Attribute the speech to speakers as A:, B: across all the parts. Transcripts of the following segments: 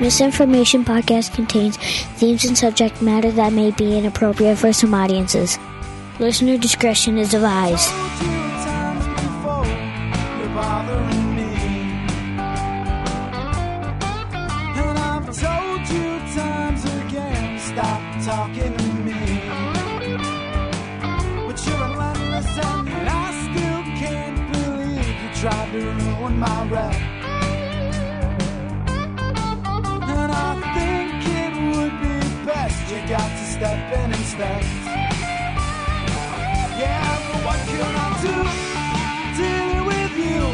A: Misinformation podcast contains themes and subject matter that may be inappropriate for some audiences. Listener discretion is advised.
B: Tried to ruin my rep. And I think it would be best you got to step in and step. Yeah, but what can I do dealing with you?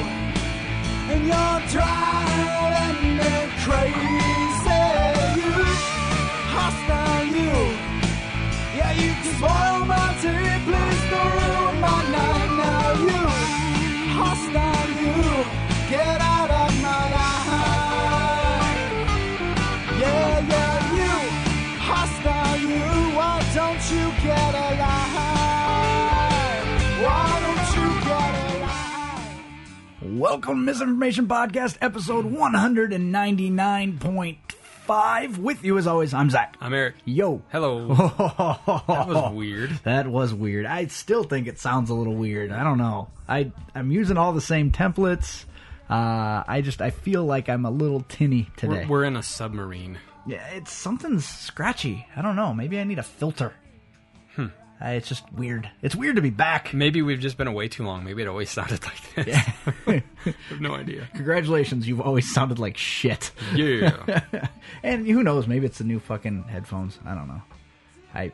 B: And you're driving me crazy. You hostile, you. Yeah, you can spoil my day, please don't ruin my night. Now you hostile, you get out of my life. Yeah, yeah, you hostile, you. Why don't you get alive? Why don't you get alive?
C: Welcome, Misinformation Podcast, episode 199.5. With you, as always, I'm Zach.
D: I'm Eric.
C: Yo.
D: Hello.
C: that
D: That was weird.
C: That was weird. I still think it sounds a little weird. I don't know. I, I'm using all the same templates. Uh, I just I feel like I'm a little tinny today.
D: We're, we're in a submarine.
C: yeah, it's something's scratchy. I don't know. Maybe I need a filter. Hmm. it's just weird. It's weird to be back.
D: Maybe we've just been away too long. Maybe it always sounded like this. I have no idea.
C: Congratulations, you've always sounded like shit.
D: Yeah.
C: And who knows? Maybe it's the new fucking headphones. I don't know. I.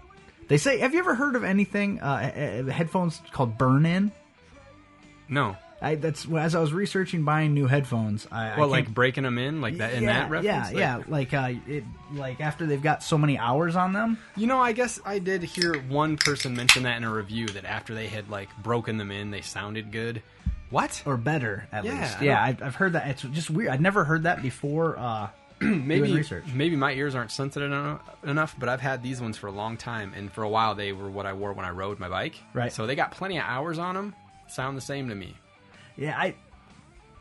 C: They say. Have you ever heard of anything? Uh, uh, headphones called burn-in.
D: No.
C: I, that's as I was researching buying new headphones. I, I
D: Well, like
C: came-
D: breaking them in, like that in
C: yeah,
D: that reference.
C: Yeah,
D: Like-
C: yeah. Like uh, it, like after they've got so many hours on them.
D: You know, I guess I did hear one person mention that in a review that after they had like broken them in, they sounded good. What?
C: or better at
D: Yeah,
C: least.
D: I
C: Yeah,
D: don't-
C: I've, I've heard that. It's just weird. I'd never heard that before. Uh,
D: Hmm, maybe
C: doing research.
D: maybe my ears aren't sensitive eno- enough, but I've had these ones for a long time, and for a while they were what I wore when I rode my bike.
C: Right.
D: So they got plenty of hours on them. Sound the same to me.
C: yeah, I.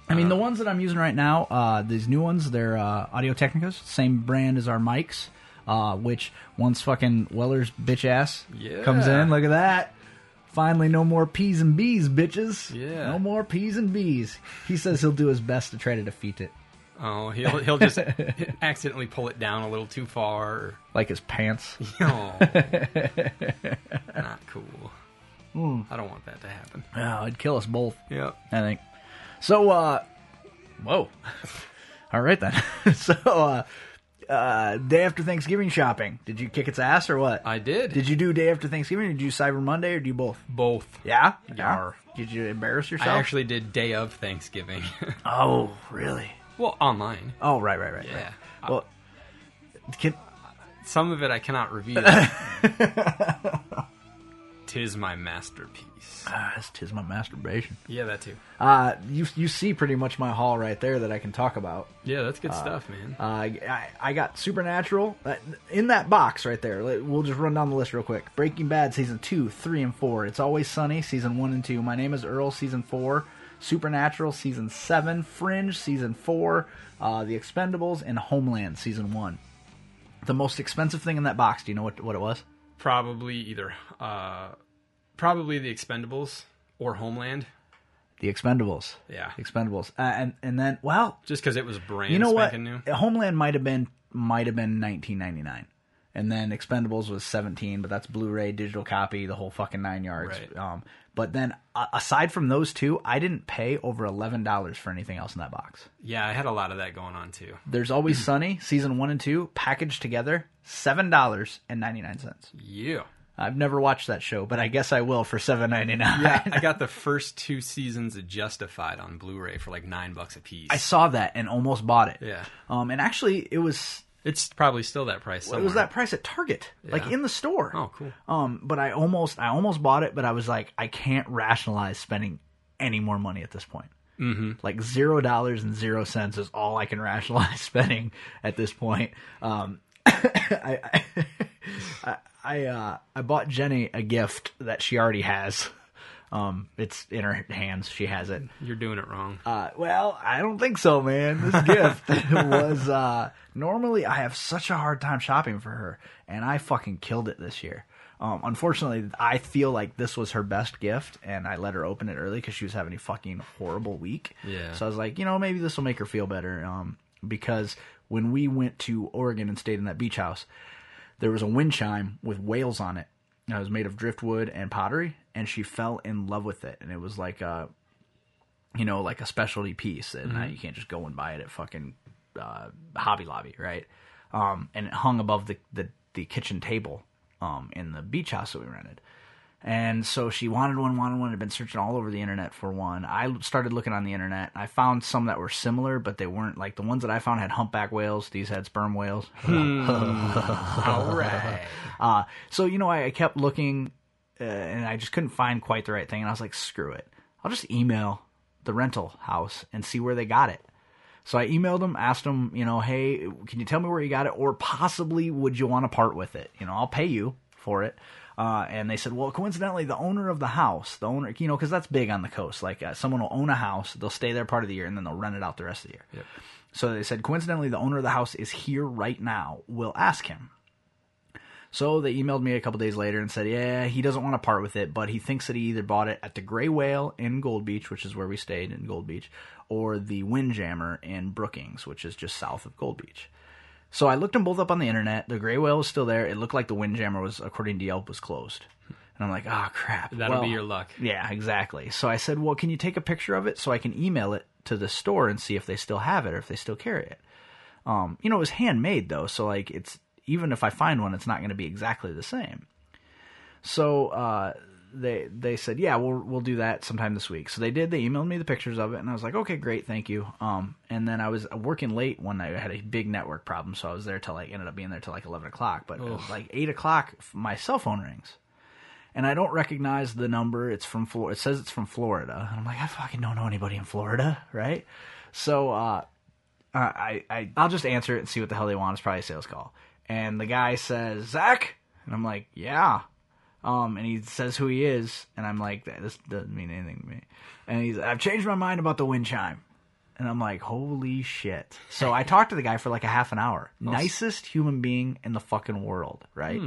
C: I
D: Uh,
C: mean, the ones that I'm using right now, uh, these new ones, they're uh, Audio Technicas, same brand as our mics. Uh, which once fucking Weller's bitch ass
D: Yeah.
C: comes in, look at that. Finally, no more P's and B's, bitches.
D: Yeah.
C: No more P's and B's. He says he'll do his best to try to defeat it.
D: Oh, he'll he'll just accidentally pull it down a little too far. Or,
C: Like his pants.
D: No. Not cool. I don't want that to happen.
C: Oh, it'd kill us both.
D: Yeah.
C: I think. So, uh, whoa. All right then. so, uh, uh, day after Thanksgiving shopping. Did you kick its ass or what?
D: I did.
C: Did you do day after Thanksgiving or did you Cyber Monday or do you both?
D: both?
C: Yeah?
D: Yar.
C: Did you embarrass
D: I
C: yourself?
D: actually did day of Thanksgiving.
C: Oh, really?
D: well, online.
C: Oh, right, right, right. right.
D: Yeah.
C: Well, can,
D: Some of it I cannot reveal. Tis my masterpiece.
C: ah, this tis my masturbation.
D: Yeah, that too.
C: Uh, you you see pretty much my haul right there that I can talk about.
D: Yeah, that's good stuff, man.
C: Uh, I, I got Supernatural uh, in that box right there. Let- We'll just run down the list real quick. Breaking Bad season two, three, and four. It's Always Sunny season one and two. My Name Is Earl season four. Supernatural season seven. Fringe season four. Uh, the Expendables and Homeland season one. The most expensive thing in that box. Do you know what what it was?
D: probably either, uh, probably The Expendables or Homeland.
C: The Expendables.
D: Yeah.
C: Expendables. Uh, and and then well,
D: Just because it was brand
C: you know what?
D: spanking new.
C: Homeland might have been might have been 1999, and then Expendables was 17, but that's Blu-ray, digital copy, the whole fucking nine yards.
D: Right.
C: Um, but then uh, aside from those two, I didn't pay over eleven dollars for anything else in that box.
D: Yeah, I had a lot of that going on too.
C: There's Always Sunny season one and two packaged together, seven dollars and ninety nine cents.
D: Yeah.
C: I've never watched that show, but I guess I will for seven ninety nine.
D: Yeah, I got the first two seasons of Justified on Blu-ray for like nine bucks a piece.
C: I saw that and almost bought it.
D: Yeah.
C: Um, and actually, it was
D: It's probably still that price.
C: Well,
D: Somewhere.
C: it was that price at Target, like
D: Yeah.
C: in the store.
D: Oh, cool.
C: Um, but I almost, I almost bought it, but I was like, I can't rationalize spending any more money at this point. Mm-hmm. Like zero dollars and zero cents is all I can rationalize spending at this point. Um, I, I, I, uh, I bought Jenny a gift that she already has. Um, it's in her hands. She has it.
D: You're doing it wrong.
C: Uh, well, I don't think so, man. This gift was uh, normally I have such a hard time shopping for her, and I fucking killed it this year. Um, unfortunately, I feel like this was her best gift, and I let her open it early because she was having a fucking horrible week.
D: Yeah.
C: So I was like, you know, maybe this will make her feel better. Um, because when we went to Oregon and stayed in that beach house, there was a wind chime with whales on it. And It was made of driftwood and pottery, and she fell in love with it. And it was like uh, a, you know, like a specialty piece, and
D: Mm-hmm.
C: uh, you can't just go and buy it at fucking uh, Hobby Lobby, right? Um, and it hung above the the, the kitchen table um, in the beach house that we rented. And so she wanted one, wanted one. I'd been searching all over the internet for one. I started looking on the internet. I found some that were similar, but they weren't like the ones that I found had humpback whales. These had sperm whales.
D: Hmm. All right.
C: Uh, so you know, I, I kept looking, uh, and I just couldn't find quite the right thing. And I was like, "Screw it! I'll just email the rental house and see where they got it." So I emailed them, asked them, you know, "Hey, can you tell me where you got it, or possibly would you want to part with it? You know, I'll pay you for it." Uh, and they said, well, coincidentally, the owner of the house, the owner, you know, because that's big on the coast. Like, uh, someone will own a house, they'll stay there part of the year, and then they'll rent it out the rest of the year. So they said, coincidentally, the owner of the house is here right now. We'll ask him. So they emailed me a couple days later and said, yeah, he doesn't want to part with it, but he thinks that he either bought it at the Gray Whale in Gold Beach, which is where we stayed in Gold Beach, or the Windjammer in Brookings, which is just south of Gold Beach. So I looked them both up on the internet. The Gray Whale was still there. It looked like the Windjammer was, according to Yelp, was closed. And I'm like, oh crap.
D: That'll be
C: Well,
D: your luck.
C: yeah, exactly. So I said, "Well, can you take a picture of it so I can email it to the store and see if they still have it or if they still carry it?" Um, you know, it was handmade though, so like it's even if I find one, it's not going to be exactly the same. So uh, they they said, "Yeah, we'll we'll do that sometime this week." So they did. They emailed me the pictures of it, and I was like, "Okay, great, thank you." Um, and then I was working late one night. I had a big network problem, so I was there till like ended up being there till like eleven o'clock. But it was like eight o'clock, f- my cell phone rings and I don't recognize the number. It's from Florida. It says it's from Florida. And I'm like, I fucking don't know anybody in Florida, right? So uh, I, I I'll just answer it and see what the hell they want. It's probably a sales call. And the guy says, Zach, and I'm like, yeah. Um, and he says who he is, and I'm like, "That- this doesn't mean anything to me. And he's, I've changed my mind about the wind chime. And I'm like, holy shit. So I talked to the guy for like a half an hour. Nicest human being in the fucking world, right?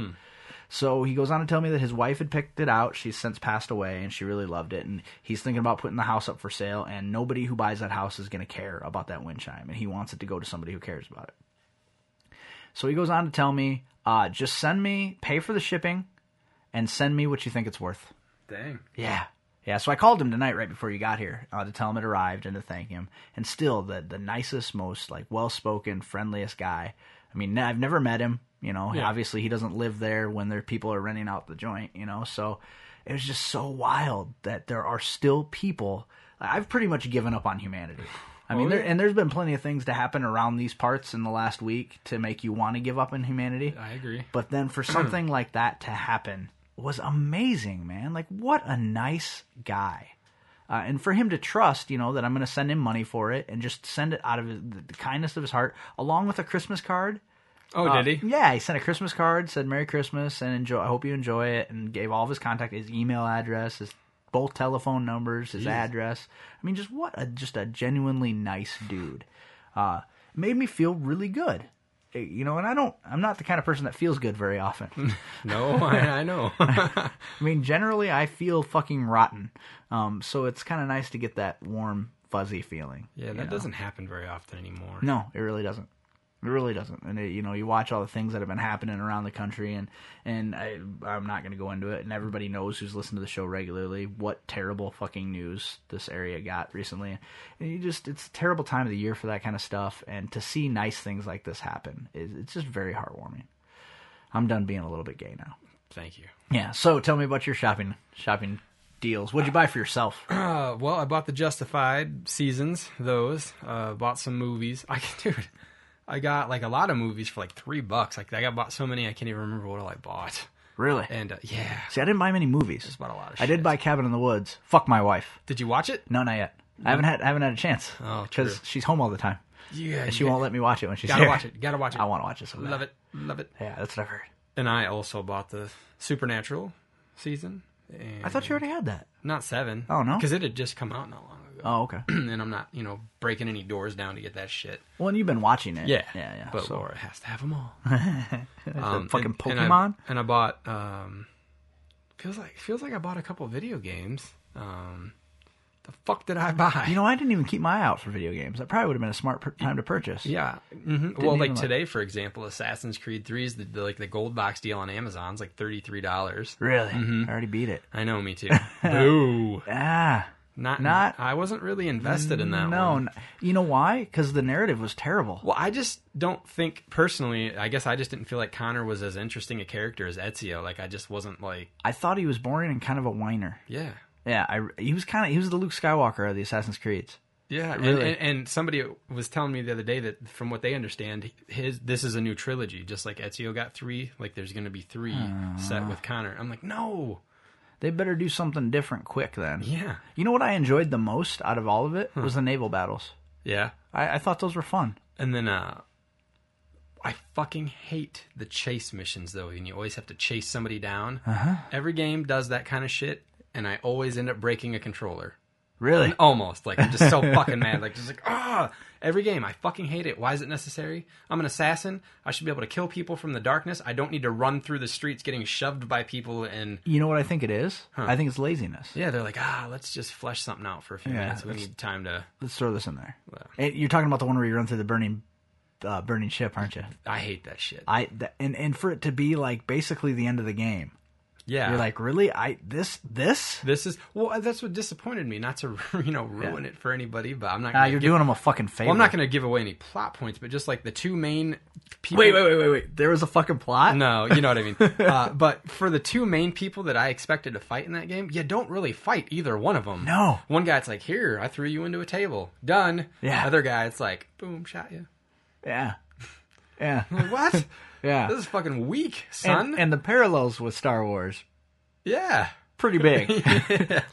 C: So he goes on to tell me that his wife had picked it out. She's since passed away and she really loved it. And he's thinking about putting the house up for sale. And nobody who buys that house is going to care about that wind chime. And he wants it to go to somebody who cares about it. So he goes on to tell me uh, just send me, pay for the shipping, and send me what you think it's worth.
D: Dang.
C: Yeah. Yeah, so I called him tonight right before you got here uh, to tell him it arrived and to thank him. And still, the the nicest, most like well spoken, friendliest guy. I mean, I've never met him. You know,
D: Yeah.
C: obviously he doesn't live there when their people are renting out the joint. You know, so it was just so wild that there are still people. I've pretty much given up on humanity. I mean,
D: Oh,
C: there,
D: yeah.
C: and there's been plenty of things to happen around these parts in the last week to make you want to give up on humanity.
D: I agree.
C: But then for something like that to happen was amazing, man. Like, what a nice guy. Uh, and for him to trust, you know, that I'm going to send him money for it and just send it out of his, the, the kindness of his heart, along with a Christmas card.
D: Oh,
C: Uh,
D: did he?
C: Yeah, he sent a Christmas card, said Merry Christmas and enjoy. I hope you enjoy it, and gave all of his contact, his email address, his both telephone numbers, his address. I mean, just what a just a genuinely nice dude. Uh, made me feel really good, Eh, you know. And I don't, I'm not the kind of person that feels good very often.
D: No, I, I know.
C: I mean, generally, I feel fucking rotten. Um, so it's kind of nice to get that warm, fuzzy feeling.
D: yeah,
C: you
D: that
C: know?
D: doesn't happen very often anymore.
C: No, it really doesn't. It really doesn't. And it, you know, you watch all the things that have been happening around the country, and and I, I'm not going to go into it. And everybody knows who's listened to the show regularly what terrible fucking news this area got recently. And you just, it's a terrible time of the year for that kind of stuff. And to see nice things like this happen is it's just very heartwarming. I'm done being a little bit gay now.
D: Thank you.
C: Yeah. So tell me about your shopping shopping deals. What'd you buy for yourself?
D: Uh, well, I bought the Justified seasons, those. Uh, bought some movies. I dude, I got like a lot of movies for like three bucks. Like I got bought so many I can't even remember what all I bought.
C: Really?
D: And uh, yeah,
C: See, I didn't buy many movies. Just
D: bought a lot of
C: I did
D: shit.
C: buy Cabin in the Woods. Fuck my wife.
D: did you watch it?
C: No, not yet. I haven't had I haven't had a chance.
D: Oh,
C: because
D: true.
C: she's home all the time.
D: Yeah,
C: And she won't let me watch it when she's
D: Gotta
C: here.
D: watch it. Gotta watch it.
C: I want to watch it. So bad.
D: Love it. Love it.
C: Yeah, that's what I've heard.
D: And I also bought the Supernatural season. And
C: I thought you already had that.
D: not seven.
C: Oh, no?
D: because it had just come out not long ago.
C: Oh, okay.
D: and I'm not, you know, breaking any doors down to get that shit.
C: Well, and you've been watching it.
D: Yeah,
C: yeah, yeah.
D: But
C: so,
D: Laura has to have them all.
C: the fucking
D: and-
C: Pokemon.
D: And I, and I bought. Um, feels like feels like I bought a couple video games. Um, the fuck did I buy?
C: you know, I didn't even keep my eye out for video games. That probably would have been a smart per- time to purchase.
D: yeah. hmm Well,
C: Mm-hmm. even
D: like
C: look.
D: today, for example, Assassin's Creed Three is the, the like the gold box deal on Amazon's like thirty three dollars.
C: Really?
D: Mm-hmm.
C: I already beat it.
D: I know, me too. Boo.
C: Ah.
D: Not,
C: Not-
D: not. I wasn't really invested in that
C: No,
D: one.
C: n- you know why? Because the narrative was terrible.
D: Well, I just don't think personally. I guess I just didn't feel like Connor was as interesting a character as Ezio. Like I just wasn't like,
C: I thought he was boring and kind of a whiner.
D: yeah,
C: Yeah, I, he was kind of he was the Luke Skywalker of the Assassin's Creeds.
D: yeah. And,
C: Really.
D: and, and somebody was telling me the other day that from what they understand, his this is a new trilogy. Just like Ezio got three, like there's going to be three set with Connor. I'm like, no,
C: They better do something different quick then.
D: yeah,
C: You know what I enjoyed the most out of all of it was the naval battles.
D: yeah.
C: I, I thought those were fun.
D: And then uh I fucking hate the chase missions though, and you always have to chase somebody down.
C: Uh-huh.
D: Every game does that kind of shit, and I always end up breaking a controller.
C: Really?
D: Almost. Like I'm just so fucking mad. Like just like ah every game. I fucking hate it. Why is it necessary? I'm an assassin. I should be able to kill people from the darkness. I don't need to run through the streets getting shoved by people and
C: You know what I think it is? I think it's laziness.
D: yeah, they're like, ah, let's just flesh something out for a few
C: Yeah,
D: minutes. We
C: that's-
D: need time to.
C: Let's throw this in there.
D: Well.
C: And you're talking about the one where you run through the burning, uh, burning ship, aren't you?
D: I hate that shit.
C: I th- and and for it to be like basically the end of the game.
D: yeah,
C: You're like, really? I this this?
D: This is well. That's what disappointed me. Not to you know ruin it for anybody, but I'm not.
C: Nah,
D: Gonna
C: you're
D: give,
C: doing them a fucking favor.
D: Well, I'm not going to give away any plot points, but just like the two main. people...
C: Wait, wait, wait, wait, wait. There was a fucking plot.
D: No, you know what I mean. uh, but for the two main people that I expected to fight in that game, you don't really fight either one of them.
C: No.
D: One guy, it's like, here, I threw you into a table. Done.
C: Yeah.
D: Other guy, it's like, boom, shot you.
C: Yeah, yeah,
D: What?
C: yeah.
D: This is fucking weak, son.
C: and, and the parallels with Star Wars
D: yeah.
C: pretty big.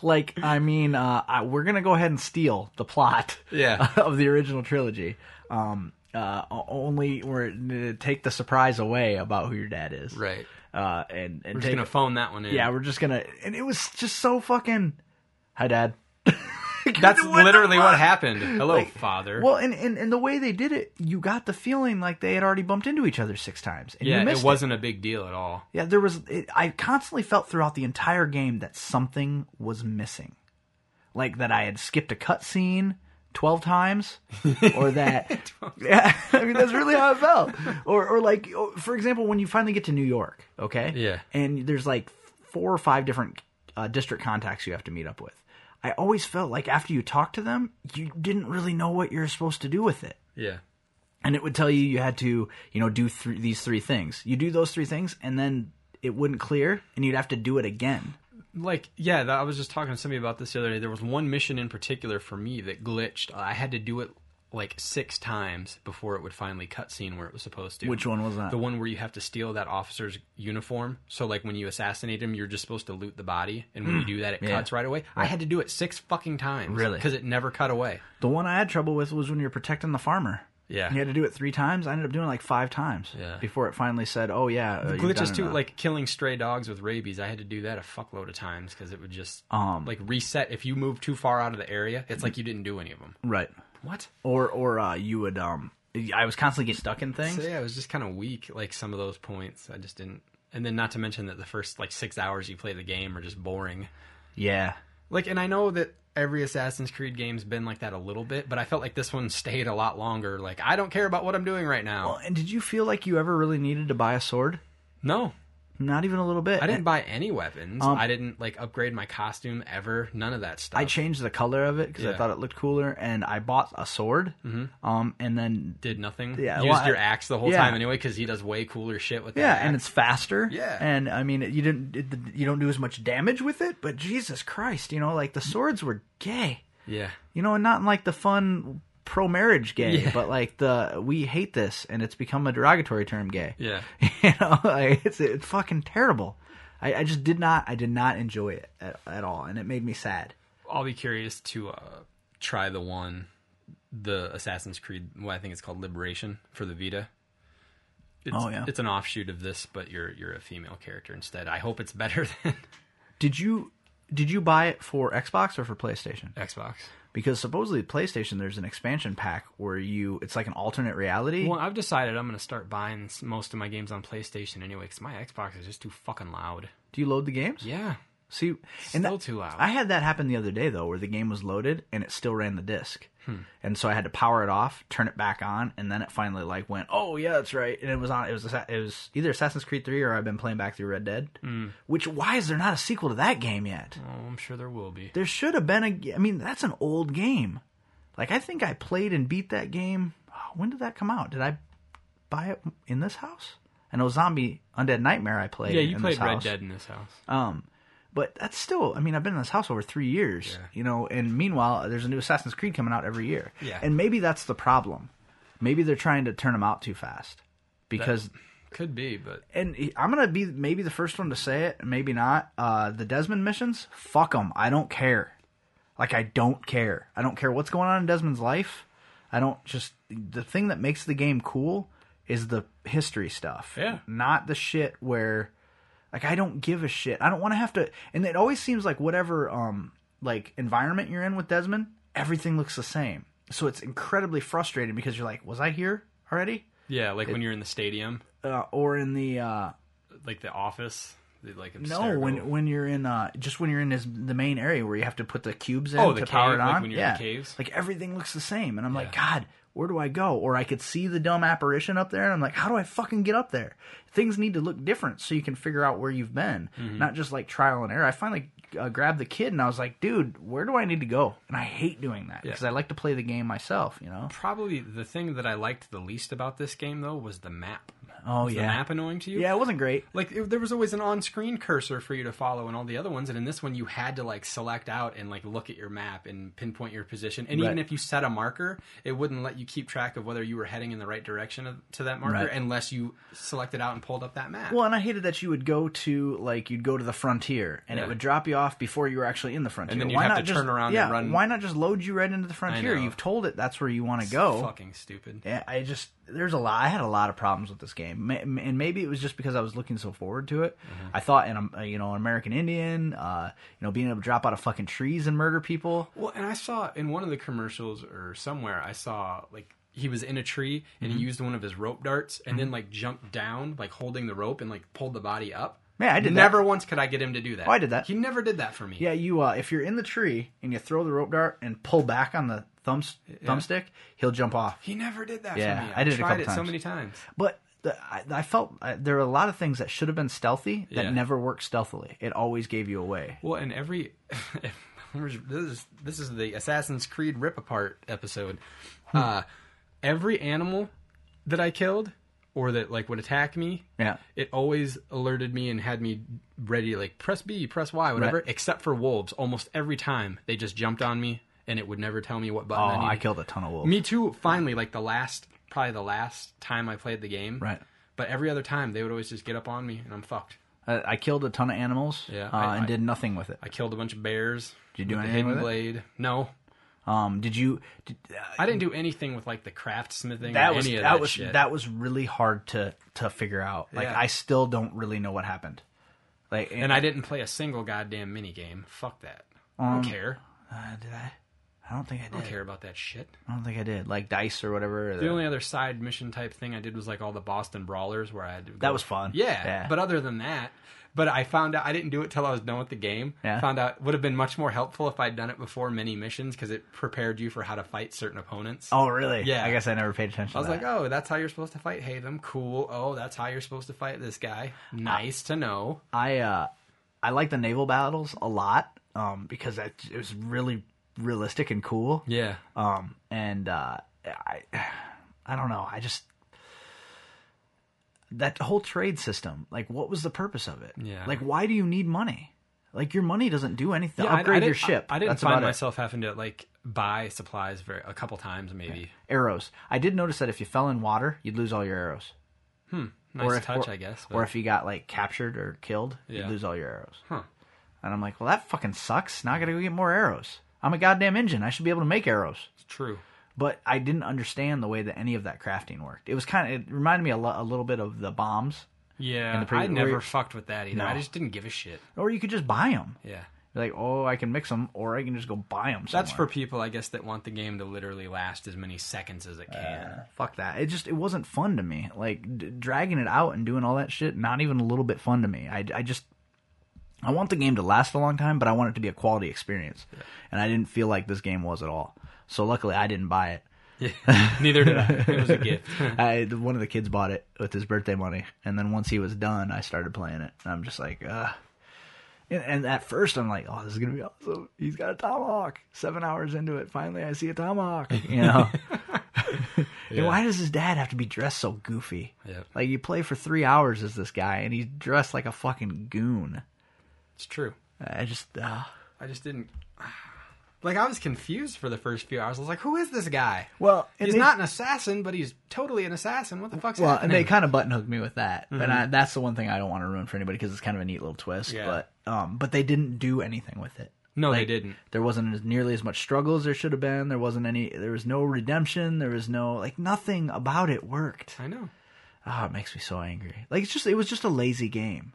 C: like, I mean, uh, I, we're gonna go ahead and steal the plot
D: Yeah.
C: of the original trilogy. Um, uh, o- only we're gonna take the surprise away about who your dad is,
D: Right.
C: Uh, and and
D: We're just
C: take,
D: gonna phone that one in.
C: yeah, we're just gonna. And it was just so fucking. Hi, Dad.
D: That's
C: What the
D: literally what
C: fuck?
D: happened. Hello, father.
C: Well, and, and and the way they did it, you got the feeling like they had already bumped into each other six times. And you
D: yeah,
C: missed
D: it wasn't a big deal at all.
C: Yeah, there was. It, I constantly felt throughout the entire game that something was missing, like that I had skipped a cutscene twelve times, or that. yeah, I mean that's really how I felt. Or, or like, oh, for example, when you finally get to New York, okay,
D: Yeah.
C: and there's like four or five different uh, district contacts you have to meet up with. I always felt like after you talked to them, you didn't really know what you're supposed to do with it
D: Yeah.
C: and it would tell you you had to you know do th- these three things you do those three things and then it wouldn't clear and you'd have to do it again
D: Like, yeah, that, I was just talking to somebody about this the other day. There was one mission in particular for me that glitched. I had to do it like six times before it would finally cut scene where it was supposed to.
C: which one was that
D: The one where you have to steal that officer's uniform. So, like, when you assassinate him, you're just supposed to loot the body. And when you do that, it cuts right away. I had to do it six fucking times.
C: Really?
D: Because it never cut away.
C: the one i had trouble with was when you're protecting the farmer
D: Yeah.
C: you had to do it three times i ended up doing it like five times
D: Yeah.
C: before it finally said oh yeah uh, you've done
D: glitches
C: it
D: too
C: now.
D: like killing stray dogs with rabies i had to do that a fuckload of times because it would just
C: Um,
D: like reset if you move too far out of the area it's like you didn't do any of them
C: right
D: what
C: or or uh, you would um i was constantly getting stuck in things
D: so yeah it was just kind of weak like some of those points i just didn't and then not to mention that the first like six hours you play the game are just boring
C: yeah
D: like and i know that every assassin's creed game's been like that a little bit but i felt like this one stayed a lot longer like i don't care about what i'm doing right now
C: well, Oh, and did you feel like you ever really needed to buy a sword
D: no
C: not even a little bit
D: i didn't buy any weapons i didn't like upgrade my costume ever none of that stuff
C: Um, I changed the color of it because I
D: Yeah. Mm-hmm.
C: thought it looked cooler, and I bought a sword. Um, and then
D: did nothing.
C: Yeah,
D: used
C: well,
D: your
C: I-
D: axe the whole
C: yeah.
D: time anyway because he does way cooler shit with that.
C: Yeah, and
D: axe.
C: it's faster.
D: Yeah.
C: and I mean, it- you didn't it, you don't do as much damage with it, but Jesus Christ, you know, like the swords were gay,
D: yeah,
C: you know, and not in, like the fun pro marriage gay,
D: Yeah.
C: but like the we hate this and it's become a derogatory term gay.
D: yeah.
C: you know, like, it's it's fucking terrible. I, I just did not I did not enjoy it at, at all, and it made me sad.
D: I'll be curious to uh, try the one, the Assassin's Creed. Well, I think it's called Liberation for the Vita. It's,
C: Oh, yeah.
D: it's an offshoot of this, but you're you're a female character instead. I hope it's better than
C: Did you did you buy it for Xbox or for PlayStation?
D: Xbox.
C: Because supposedly PlayStation, there's an expansion pack where you it's like an alternate reality.
D: Well, I've decided I'm going to start buying s- most of my games on PlayStation anyway because my Xbox is just too fucking loud.
C: Do you load the games?
D: Yeah.
C: See, and
D: Still
C: that-
D: too loud.
C: I had that happen the other day though, where the game was loaded and it still ran the disc,
D: Hmm.
C: and so I had to power it off, turn it back on, and then it finally like went, oh yeah, that's right, and it was on. It was Assa- it was either Assassin's Creed Three or I've been playing back through Red Dead.
D: Hmm.
C: Mm. Which why is there not a sequel to that game yet?
D: Oh, I'm sure there will be.
C: There should have been a. g- I mean, that's an old game. Like I think I played and beat that game. oh, When did that come out? Did I buy it in this house? I know Zombie Undead Nightmare. I played.
D: Yeah, you
C: in
D: played
C: this
D: Red
C: house.
D: Dead in this house.
C: Um, but that's still, I mean, I've been in this house over three years,
D: Yeah.
C: you know, and meanwhile, there's a new Assassin's Creed coming out every year.
D: Yeah.
C: And maybe that's the problem. Maybe they're trying to turn them out too fast. Because,
D: Could be, but
C: and he- I'm going to be maybe the first one to say it, maybe not. Uh, the Desmond missions, fuck them. I don't care. Like, I don't care. I don't care what's going on in Desmond's life. I don't just, the thing that makes the game cool is the history stuff.
D: Yeah.
C: Not the shit where, like I don't give a shit. I don't want to have to. And it always seems like whatever um like environment you're in with Desmond, everything looks the same. So it's incredibly frustrating because you're like, was I here already?
D: yeah, like when you're in the stadium,
C: Uh, or in the uh,
D: like the office, the, like
C: no, when when you're in uh, just when you're in his, the main area where you have to put the cubes in
D: Oh,
C: to
D: the
C: power
D: cave,
C: it on.
D: like when you're in
C: yeah,
D: the caves?
C: like everything looks the same, and I'm like, God, where do I go? Or I could see the dumb apparition up there, and I'm like, how do I fucking get up there? Things need to look different so you can figure out where you've been,
D: Mm-hmm.
C: not just like trial and error. I finally uh, grabbed the kid, and I was like, dude, where do I need to go? And I hate doing that because I like to play the game myself, you know.
D: probably the thing that I liked the least about this game though was the map.
C: Oh
D: Was
C: yeah,
D: the map annoying to you?
C: yeah, it wasn't great.
D: Like it, there was always an on-screen cursor for you to follow in all the other ones, and in this one you had to like select out and like look at your map and pinpoint your position. And even
C: Right.
D: if you set a marker, it wouldn't let you keep track of whether you were heading in the right direction of, to that marker
C: Right.
D: unless you selected out and pulled up that map.
C: Well, and I hated that you would go to like you'd go to the frontier, and it
D: Yeah.
C: would drop you off before you were actually in the frontier.
D: then you'd
C: why
D: have
C: not
D: to
C: just,
D: turn around and
C: yeah,
D: run-
C: Why not just load you right into the frontier?
D: know.
C: You've told it that's where you want to go.
D: Fucking stupid.
C: Yeah, I just there's a lot. I had a lot of problems with this game, Ma- and maybe it was just because I was looking so forward to it.
D: Mm-hmm.
C: I thought, and I'm you know an American Indian, uh, you know, being able to drop out of fucking trees and murder people.
D: Well, and I saw in one of the commercials or somewhere, I saw like he was in a tree and
C: Mm-hmm.
D: he used one of his rope darts and then like jumped down, like holding the rope and like pulled the body up.
C: Man, I did that.
D: never once could I get him to do that.
C: Oh, I did that.
D: He never did that for me.
C: Yeah, you uh, if you're in the tree and you throw the rope dart and pull back on the thumb thumbstick, he'll jump off.
D: he never did that
C: Yeah,
D: for me.
C: I did it a
D: tried
C: couple
D: it so
C: times.
D: many times.
C: But the, I, I felt uh, there were a lot of things that should have been stealthy that
D: Yeah.
C: never worked stealthily. It always gave you away.
D: Well, and every this is this is the Assassin's Creed rip apart episode.
C: Hmm.
D: Uh, every animal that I killed or that like would attack me,
C: Yeah.
D: it always alerted me and had me ready to like press B, press Y, whatever.
C: Right.
D: Except for wolves, almost every time they just jumped on me and it would never tell me what
C: Oh,
D: button. I, needed.
C: I killed a ton of wolves.
D: Me too. Finally, like the last, probably the last time I played the game.
C: Right.
D: But every other time they would always just get up on me and I'm fucked.
C: I, I killed a ton of animals
D: Yeah,
C: uh,
D: I-
C: and
D: I-
C: did nothing with it.
D: I killed a bunch of bears.
C: Did you do
D: with the
C: anything
D: hidden
C: with it?
D: blade? No.
C: Um, did you? Did,
D: I didn't do anything with like the craft smithing.
C: that
D: or
C: was
D: any
C: that,
D: of that
C: was
D: shit.
C: that was really hard to to figure out. Like
D: Yeah.
C: I still don't really know what happened. Like
D: and I didn't play a single goddamn mini game. Fuck that. I don't care.
C: uh, did I? I don't think I did.
D: I don't care about that shit.
C: I don't think I did. Like dice or whatever. or
D: The only other side mission type thing I did was like all the Boston Brawlers where I had to. Go.
C: That was fun.
D: Yeah,
C: Yeah.
D: But other than that, but I found out I didn't do it till I was done with the game.
C: Yeah.
D: Found out would have been much more helpful if I'd done it before mini missions because it prepared you for how to fight certain opponents.
C: oh really?
D: Yeah.
C: I guess I never paid attention.
D: I was
C: to
D: like,
C: that.
D: oh, that's how you're supposed to fight Haven. Cool. Oh, that's how you're supposed to fight this guy. Nice to know.
C: I uh, I like the naval battles a lot um, because that, it was really realistic and cool.
D: Yeah.
C: Um, and uh, I I don't know. I just that whole trade system. Like, what was the purpose of it?
D: Yeah.
C: Like, why do you need money? Like, your money doesn't do anything.
D: Yeah, I-
C: Upgrade
D: I,
C: your
D: didn't-
C: ship.
D: I, I didn't
C: That's
D: find
C: about it.
D: myself having to like buy supplies very, a couple times maybe.
C: arrows. I did notice that if you fell in water, you'd lose all your arrows.
D: Nice
C: if-
D: touch, I guess. But
C: Or if you got like captured or killed,
D: Yeah.
C: you'd lose all your arrows.
D: Huh.
C: And I'm like, well, that fucking sucks. Now I gotta go get more arrows. I'm a goddamn engine. I should be able to make arrows.
D: it's true.
C: But I didn't understand the way that any of that crafting worked. It was kind of, it reminded me a, lo- a little bit of the bombs.
D: Yeah,
C: And the pre-
D: I never
C: or-
D: fucked with that either.
C: No.
D: I just didn't give a shit.
C: Or you could just buy them.
D: Yeah.
C: Like, oh, I can mix them, or I can just go buy them.
D: That's for people, I guess, that want the game to literally last as many seconds as it can.
C: fuck that. It just it wasn't fun to me. Like d- dragging it out and doing all that shit, not even a little bit fun to me. I I just I want the game to last a long time, but I want it to be a quality experience. And I didn't feel like this game was at all. So luckily, I didn't buy it.
D: Neither did I. It was a gift.
C: I the- one of the kids bought it with his birthday money, and then once he was done, I started playing it. And I'm just like, uh. And, and at first, I'm like, oh, this is gonna be awesome. He's got a tomahawk. Seven hours into it, finally, I see a tomahawk. You know. And why does his dad have to be dressed so goofy?
D: Yep.
C: Like you play for three hours as this guy, and he's dressed like a fucking goon.
D: It's true.
C: I just, uh,
D: I just didn't. Like I was confused for the first few hours. I was like, "Who is this guy?"
C: Well, and
D: he's
C: they-
D: not an assassin, but he's totally an assassin. What the fuck's
C: well, and
D: happening?
C: they kind of button hooked me with that, and I, that's the one thing I don't want to ruin for anybody because it's kind of a neat little twist.
D: Mm-hmm. Yeah.
C: But, um, but they didn't do anything with it.
D: no, they
C: Like,
D: didn't.
C: There wasn't as, nearly as much struggle as there should have been. There wasn't any. There was no redemption. There was no like nothing about it worked.
D: I know.
C: Oh, it makes me so angry. Like it's just it was just a lazy game.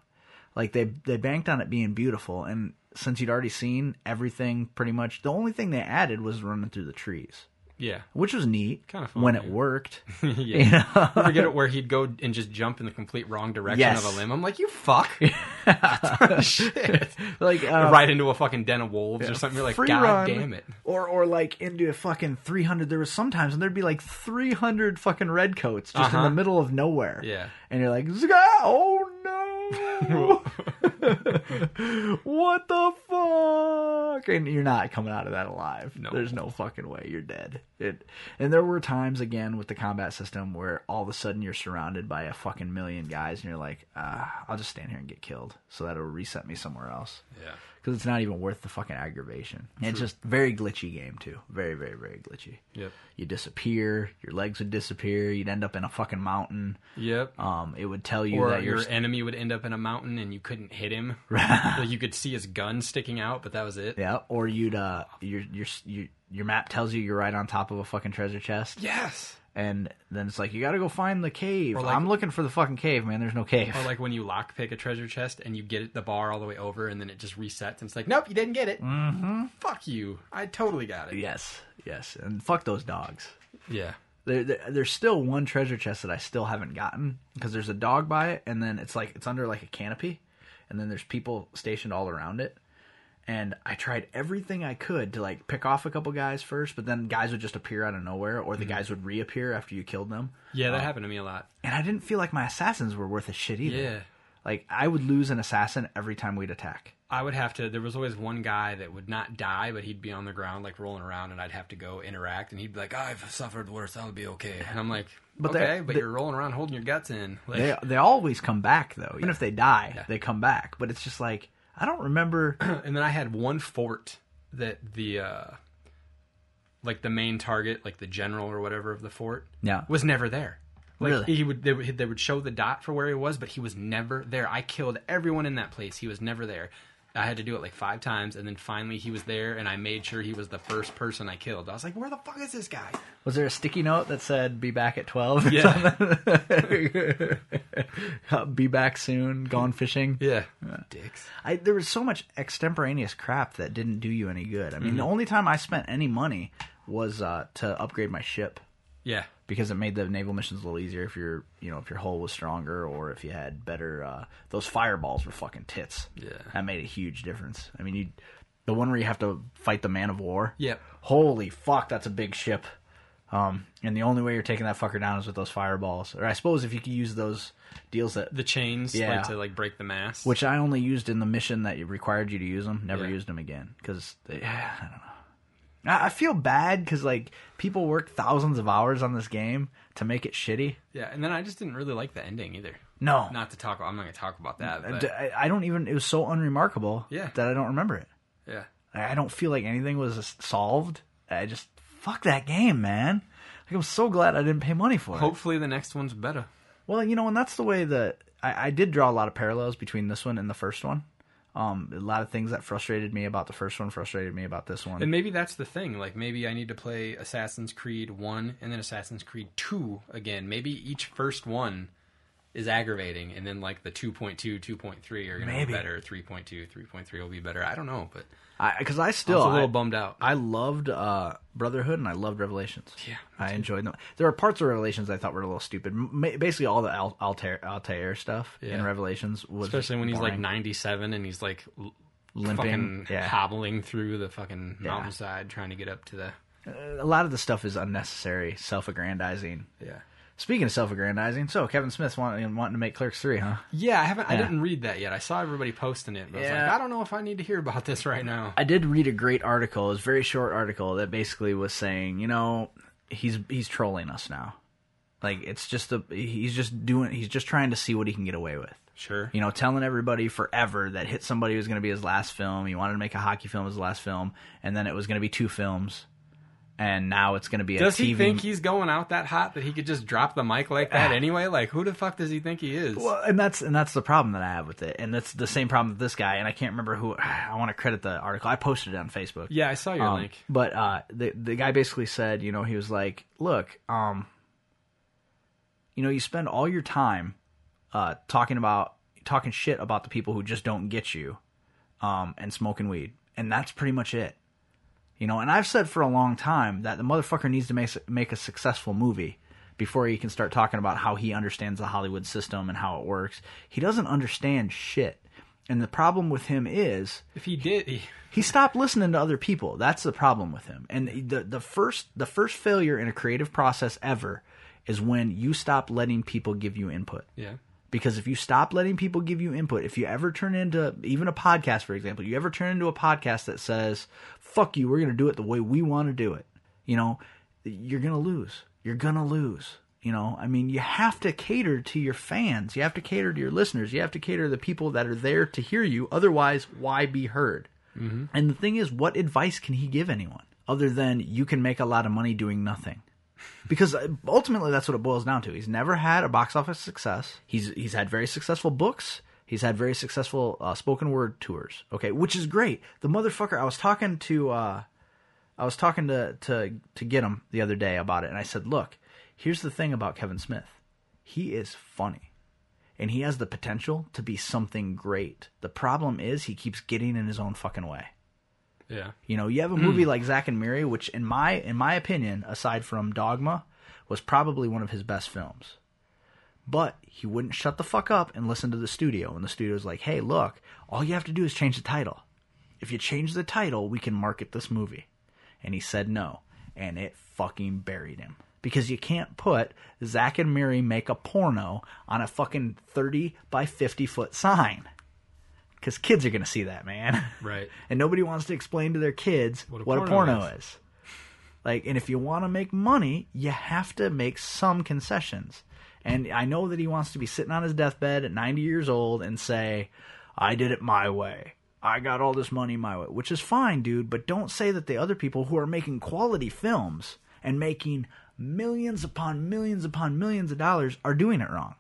C: Like they they banked on it being beautiful and since you'd already seen everything pretty much the only thing they added was running through the trees.
D: Yeah,
C: Which was neat
D: Kinda fun,
C: when
D: yeah.
C: it worked.
D: yeah. I forget it where he'd go and just jump in the complete wrong direction
C: Yes.
D: of a limb. I'm like, "You fuck!" Shit.
C: like uh,
D: right into a fucking den of wolves or something. You're like,
C: free
D: "God
C: run,"
D: damn it!"
C: Or or like into a fucking three hundred there was sometimes and there'd be like three hundred fucking redcoats just in
D: Uh-huh.
C: the middle of nowhere.
D: Yeah.
C: And you're like, "Zga- oh no What the fuck? And you're not coming out of that alive.
D: No.
C: There's no fucking way. You're dead. It and there were times again with the combat system where all of a sudden you're surrounded by a fucking million guys and you're like, uh, I'll just stand here and get killed. So that'll reset me somewhere else.
D: Yeah.
C: Because it's not even worth the fucking aggravation. It's just very glitchy game too. Very, very, very glitchy.
D: Yep.
C: You disappear, your legs would disappear, you'd end up in a fucking mountain.
D: Yep.
C: Um, it would tell you
D: or
C: that you're
D: your enemy would end up in a mountain and you couldn't hit him. like you could see his gun sticking out, but that was it.
C: Yeah, or you'd uh your your your your map tells you you're right on top of a fucking treasure chest,
D: Yes.
C: and then it's like you got to go find the cave.
D: Or like-
C: I'm looking for the fucking cave, man. There's no cave.
D: Or like when you lockpick a treasure chest and you get the bar all the way over and then it just resets and it's like, nope, you didn't get it. Mm-hmm. Fuck you. I totally got it.
C: yes, yes, and fuck those dogs.
D: Yeah.
C: There, there, there's still one treasure chest that I still haven't gotten because there's a dog by it, and then it's like it's under like a canopy, and then there's people stationed all around it. And I tried everything I could to like pick off a couple guys first, but then guys would just appear out of nowhere, or
D: Mm-hmm.
C: the guys would reappear after you killed them.
D: Yeah, that happened to me a lot.
C: and I didn't feel like my assassins were worth a shit either.
D: Yeah.
C: Like I would lose an assassin every time we'd attack.
D: I would have to. There was always one guy that would not die, but he'd be on the ground, like rolling around, and I'd have to go interact, and he'd be like, "I've suffered worse. I'll be okay." And I'm like,
C: But they-
D: "Okay, but
C: they-
D: you're rolling around holding your guts in." Like,
C: They they always come back though. Even if they die, they come back. But it's just like I don't remember.
D: and then I had one fort that the uh like the main target, like the general or whatever of the fort,
C: Yeah.
D: was never there. Like
C: Really?
D: he would they, would they would show the dot for where he was, but he was never there. I killed everyone in that place. He was never there. I had to do it like five times, and then finally he was there, and I made sure he was the first person I killed. I was like, "Where the fuck is this guy?"
C: Was there a sticky note that said "Be back at 12?
D: Yeah,
C: Be back soon. Gone fishing.
D: yeah, dicks.
C: I, there was so much extemporaneous crap that didn't do you any good. I mean, the only time I spent any money was uh, to upgrade my ship.
D: Yeah,
C: because it made the naval missions a little easier if your you know if your hull was stronger or if you had better uh, those fireballs were fucking tits.
D: Yeah.
C: that made a huge difference. I mean, you the one where you have to fight the man of war.
D: Yep.
C: Holy fuck, that's a big ship. Um, and the only way you're taking that fucker down is with those fireballs, or I suppose if you could use those deals that,
D: the chains,
C: Yeah.
D: like to like break the mass.
C: which I only used in the mission that it required you to use them. Never
D: Yeah.
C: used them again because I don't know. I I feel bad because like people work thousands of hours on this game to make it shitty.
D: yeah, and then I just didn't really like the ending either.
C: No,
D: Not to talk. I'm not gonna talk about that.
C: I-
D: But,
C: I, I don't even. It was so unremarkable
D: Yeah.
C: that I don't remember it.
D: yeah.
C: I I don't feel like anything was s- solved. I just fuck that game, man. Like I'm so glad I didn't pay money for it.
D: Hopefully the next one's better.
C: Well, you know, and that's the way that I, I did draw a lot of parallels between this one and the first one. Um, a lot of things that frustrated me about the first one frustrated me about this one.
D: And maybe that's the thing. Like maybe I need to play Assassin's Creed 1 and then Assassin's Creed 2 again. Maybe each first one is aggravating and then like the 2.2 2.3 are gonna
C: Maybe.
D: be better 3.2 3.3 will be better i don't know but
C: Because I,
D: i
C: still
D: was a little
C: I-
D: bummed out
C: I loved uh, Brotherhood and I loved Revelations.
D: Yeah, me
C: I enjoyed them. There were parts of Revelations I thought were a little stupid. M- basically, all the Al- Altair, Altair stuff in
D: Yeah.
C: Revelations was
D: especially when he's like
C: boring.
D: 97 and he's like l-
C: Limping,
D: fucking
C: yeah.
D: hobbling through the fucking
C: Yeah.
D: mountainside trying to get up to the
C: a lot of the stuff is unnecessary, self-aggrandizing.
D: yeah
C: Speaking of self-aggrandizing, so Kevin Smith's wanting wanting to make Clerks three, huh?
D: yeah i haven't i
C: Yeah.
D: didn't read that yet i saw everybody posting it but i was
C: Yeah.
D: like i don't know if i need to hear about this right now
C: I did read a great article. It was a very short article that basically was saying, you know, he's he's trolling us now. Like it's just the he's just doing he's just trying to see what he can get away with.
D: sure
C: you know, telling everybody forever that Hit Somebody was going to be his last film. He wanted to make a hockey film as his last film, and then it was going to be two films, and now it's going to be
D: does
C: a TV.
D: he think he's going out that hot that he could just drop the mic like
C: Ah.
D: that anyway? Like, who the fuck does he think he is?
C: well, and that's and that's the problem that I have with it, and that's the same problem with this guy. And I can't remember who. I want to credit the article. I posted it on Facebook.
D: yeah, I saw your
C: Um,
D: link.
C: But uh, the the guy basically said, you know, he was like, look, um, you know, you spend all your time uh, talking about talking shit about the people who just don't get you, um, and smoking weed, and that's pretty much it. You know, and I've said for a long time that the motherfucker needs to make make a successful movie before he can start talking about how he understands the Hollywood system and how it works. He doesn't understand shit. And the problem with him is
D: If he did, he,
C: he stopped listening to other people. That's the problem with him. And the the first the first failure in a creative process ever is when you stop letting people give you input.
D: yeah,
C: Because if you stop letting people give you input, if you ever turn into even a podcast, for example, you ever turn into a podcast that says, fuck you, we're going to do it the way we want to do it, you know, you're going to lose. You're going to lose. You know, I mean, you have to cater to your fans. You have to cater to your listeners. You have to cater to the people that are there to hear you. Otherwise, why be heard? And the thing is, what advice can he give anyone other than you can make a lot of money doing nothing? because uh, ultimately that's what it boils down to. He's never had a box office success. He's he's had very successful books. He's had very successful uh, spoken word tours. Okay, which is great. The motherfucker. I was talking to uh, I was talking to to to get him the other day about it, and I said, look, here's the thing about Kevin Smith. He is funny. And he has the potential to be something great. The problem is he keeps getting in his own fucking way.
D: yeah.
C: You know, you have a movie like Zack and Miri, which in my in my opinion, aside from Dogma, was probably one of his best films. But he wouldn't shut the fuck up and listen to the studio, and the studio's like, "Hey, look, all you have to do is change the title. If you change the title, we can market this movie." And he said no, and it fucking buried him because you can't put Zack and Miri make a porno on a fucking thirty by fifty foot sign because kids are gonna see that, man.
D: Right.
C: and nobody wants to explain to their kids what a porno, is. Like, and if you want to make money, you have to make some concessions. And I know that he wants to be sitting on his deathbed at 90 years old and say, I did it my way. I got all this money my way, which is fine, dude, but don't say that the other people who are making quality films and making millions upon millions upon millions of dollars are doing it wrong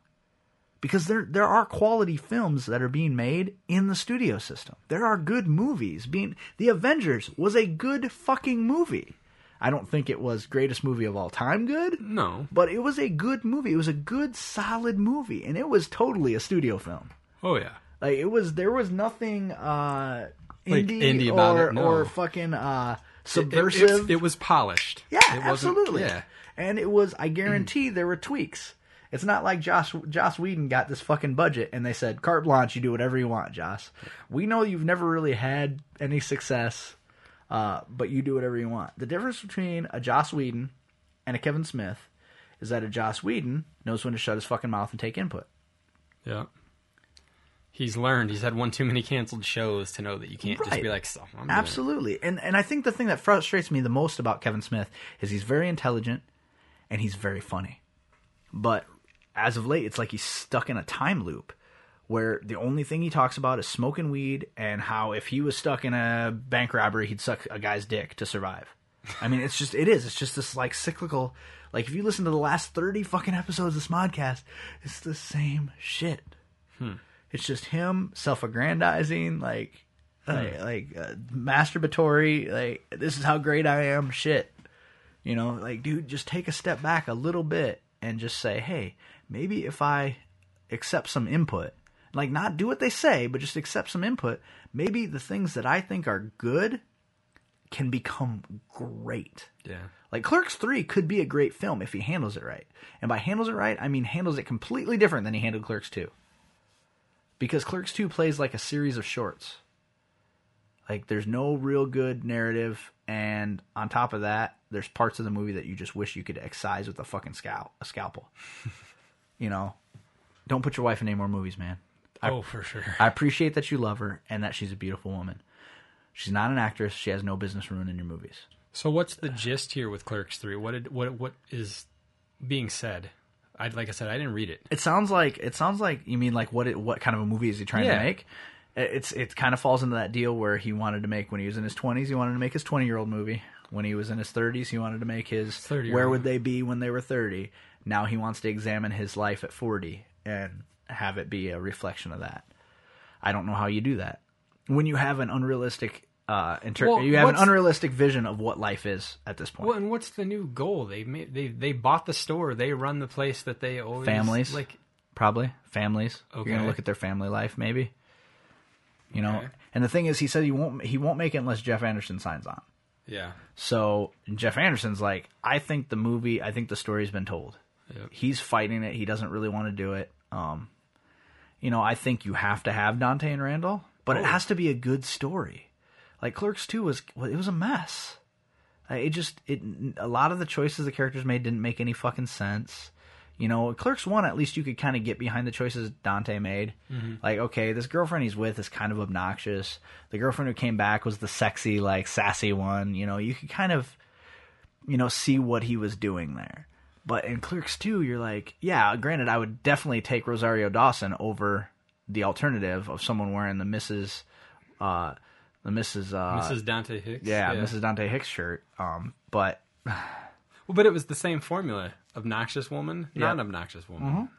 C: because there there are quality films that are being made in the studio system. There are good movies being The Avengers was a good fucking movie. I don't think it was greatest movie of all time good,
D: No.
C: but it was a good movie. It was a good solid movie and it was totally a studio film.
D: Oh yeah.
C: Like it was there was nothing uh
D: Like
C: indie,
D: indie
C: or
D: about it, no.
C: or fucking uh
D: It- it-
C: subversive.
D: It, was polished.
C: Yeah,
D: it wasn't-
C: absolutely.
D: Yeah. Mm.
C: And it was, I guarantee there were tweaks. It's not like Josh Joss Whedon got this fucking budget and they said, carte blanche, you do whatever you want, Joss. We know you've never really had any success, uh, but you do whatever you want. The difference between a Joss Whedon and a Kevin Smith is that a Joss Whedon knows when to shut his fucking mouth and take input.
D: Yeah. He's learned. He's had one too many canceled shows to know that you can't just
C: Right.
D: be like, so, I'm doing it."
C: Absolutely. And and I think the thing that frustrates me the most about Kevin Smith is he's very intelligent and he's very funny. But as of late it's like he's stuck in a time loop where the only thing he talks about is smoking weed and how if he was stuck in a bank robbery he'd suck a guy's dick to survive. I mean, it's just it is. It's just this like cyclical like if you listen to the last 30 fucking episodes of this podcast, it's the same shit
D: Hmm.
C: it's just him self-aggrandizing like like, like uh, masturbatory like this is how great i am shit you know like dude just take a step back a little bit and just say hey maybe if i accept some input. Like not do what they say, but just accept some input. Maybe the things that I think are good can become great.
D: Yeah.
C: Like Clerks 3 could be a great film if he handles it right. And by handles it right, I mean handles it completely different than he handled Clerks 2. Because Clerks 2 plays like a series of shorts. Like there's no real good narrative and on top of that, there's parts of the movie that you just wish you could excise with a fucking scal- a scalpel. you know, don't put your wife in any more movies, man.
D: Oh, for sure.
C: I appreciate that you love her and that she's a beautiful woman. She's not an actress. She has no business ruining your movies.
D: So what's the gist here with Clerks 3? What did what what is being said? I like I said I didn't read it.
C: It sounds like it sounds like you mean like what it, what kind of a movie is he trying
D: Yeah.
C: to make? It- It's it kind of falls into that deal where he wanted to make when he was in his twenties, he wanted to make his twenty year old movie. When he was in his thirties, he wanted to make his
D: 30-year-old.
C: where would they be when they were thirty. Now he wants to examine his life at forty and have it be a reflection of that. I don't know how you do that when you have an unrealistic uh inter-
D: Well,
C: you have an
D: what's-
C: unrealistic vision of what life is at this point.
D: Well, and what's the new goal? They made they they bought the store. They run the place that they always
C: Families.
D: like
C: probably families. You're
D: Okay.
C: gonna look at their family life, maybe. You know,
D: Okay.
C: and the thing is, he said he won't he won't make it unless Jeff Anderson signs on.
D: yeah.
C: So Jeff Anderson's like, I think the movie, I think the story's been told.
D: Yep.
C: He's fighting it. He doesn't really want to do it. Um, you know, I think you have to have Dante and Randall, but
D: Oh.
C: it has to be a good story. Like Clerks Two was, well, it was a mess. Uh, It just it a lot of the choices the characters made didn't make any fucking sense. You know, Clerks One at least you could kind of get behind the choices Dante made. Like, okay, this girlfriend he's with is kind of obnoxious. The girlfriend who came back was the sexy, like sassy one. You know, you could kind of you know, see what he was doing there. But in Clerks 2, you're like, yeah, granted, I would definitely take Rosario Dawson over the alternative of someone wearing the Mrs. Uh, the Mrs. Uh,
D: Mrs. Dante Hicks.
C: Yeah, Mrs. Dante Hicks shirt. Um, but
D: Well, but it was the same formula: obnoxious woman,
C: Yeah.
D: non-obnoxious woman,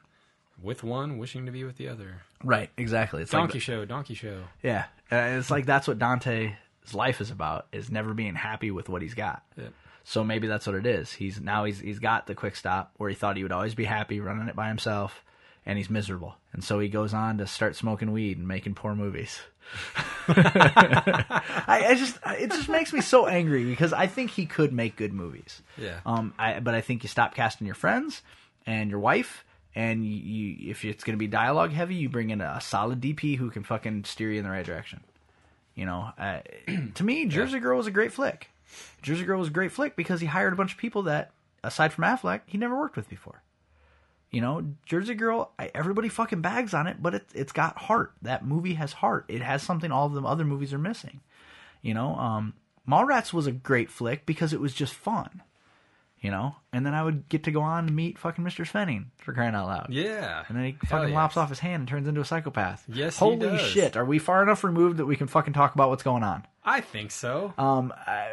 D: with one wishing to be with the other.
C: right, exactly. It's
D: Donkey
C: like,
D: show, donkey show.
C: yeah, and it's like that's what Dante's life is about: is never being happy with what he's got.
D: Yep.
C: So maybe that's what it is. He's now he's he's got the quick stop where he thought he would always be happy running it by himself, and he's miserable. And so he goes on to start smoking weed and making poor movies. I, I just it just makes me so angry because I think he could make good movies.
D: Yeah.
C: Um. I but I think you stop casting your friends and your wife. And you, you, if it's going to be dialogue heavy, you bring in a solid DP who can fucking steer you in the right direction. You know, uh, to me, Jersey Girl was a great flick. Jersey Girl was a great flick because he hired a bunch of people that, aside from Affleck, he never worked with before. You know, Jersey Girl, I, everybody fucking bags on it, but it, it's got heart. That movie has heart. It has something all of the other movies are missing. You know, um, Mallrats was a great flick because it was just fun. You know, and then I would get to go on and meet fucking Mr. Svenning for crying out loud.
D: Yeah.
C: And then he
D: Hell
C: fucking
D: yes.
C: lops off his hand and turns into a psychopath.
D: Yes, he
C: Holy
D: does.
C: shit. Are we far enough removed that we can fucking talk about what's going on?
D: I think so.
C: Um, I,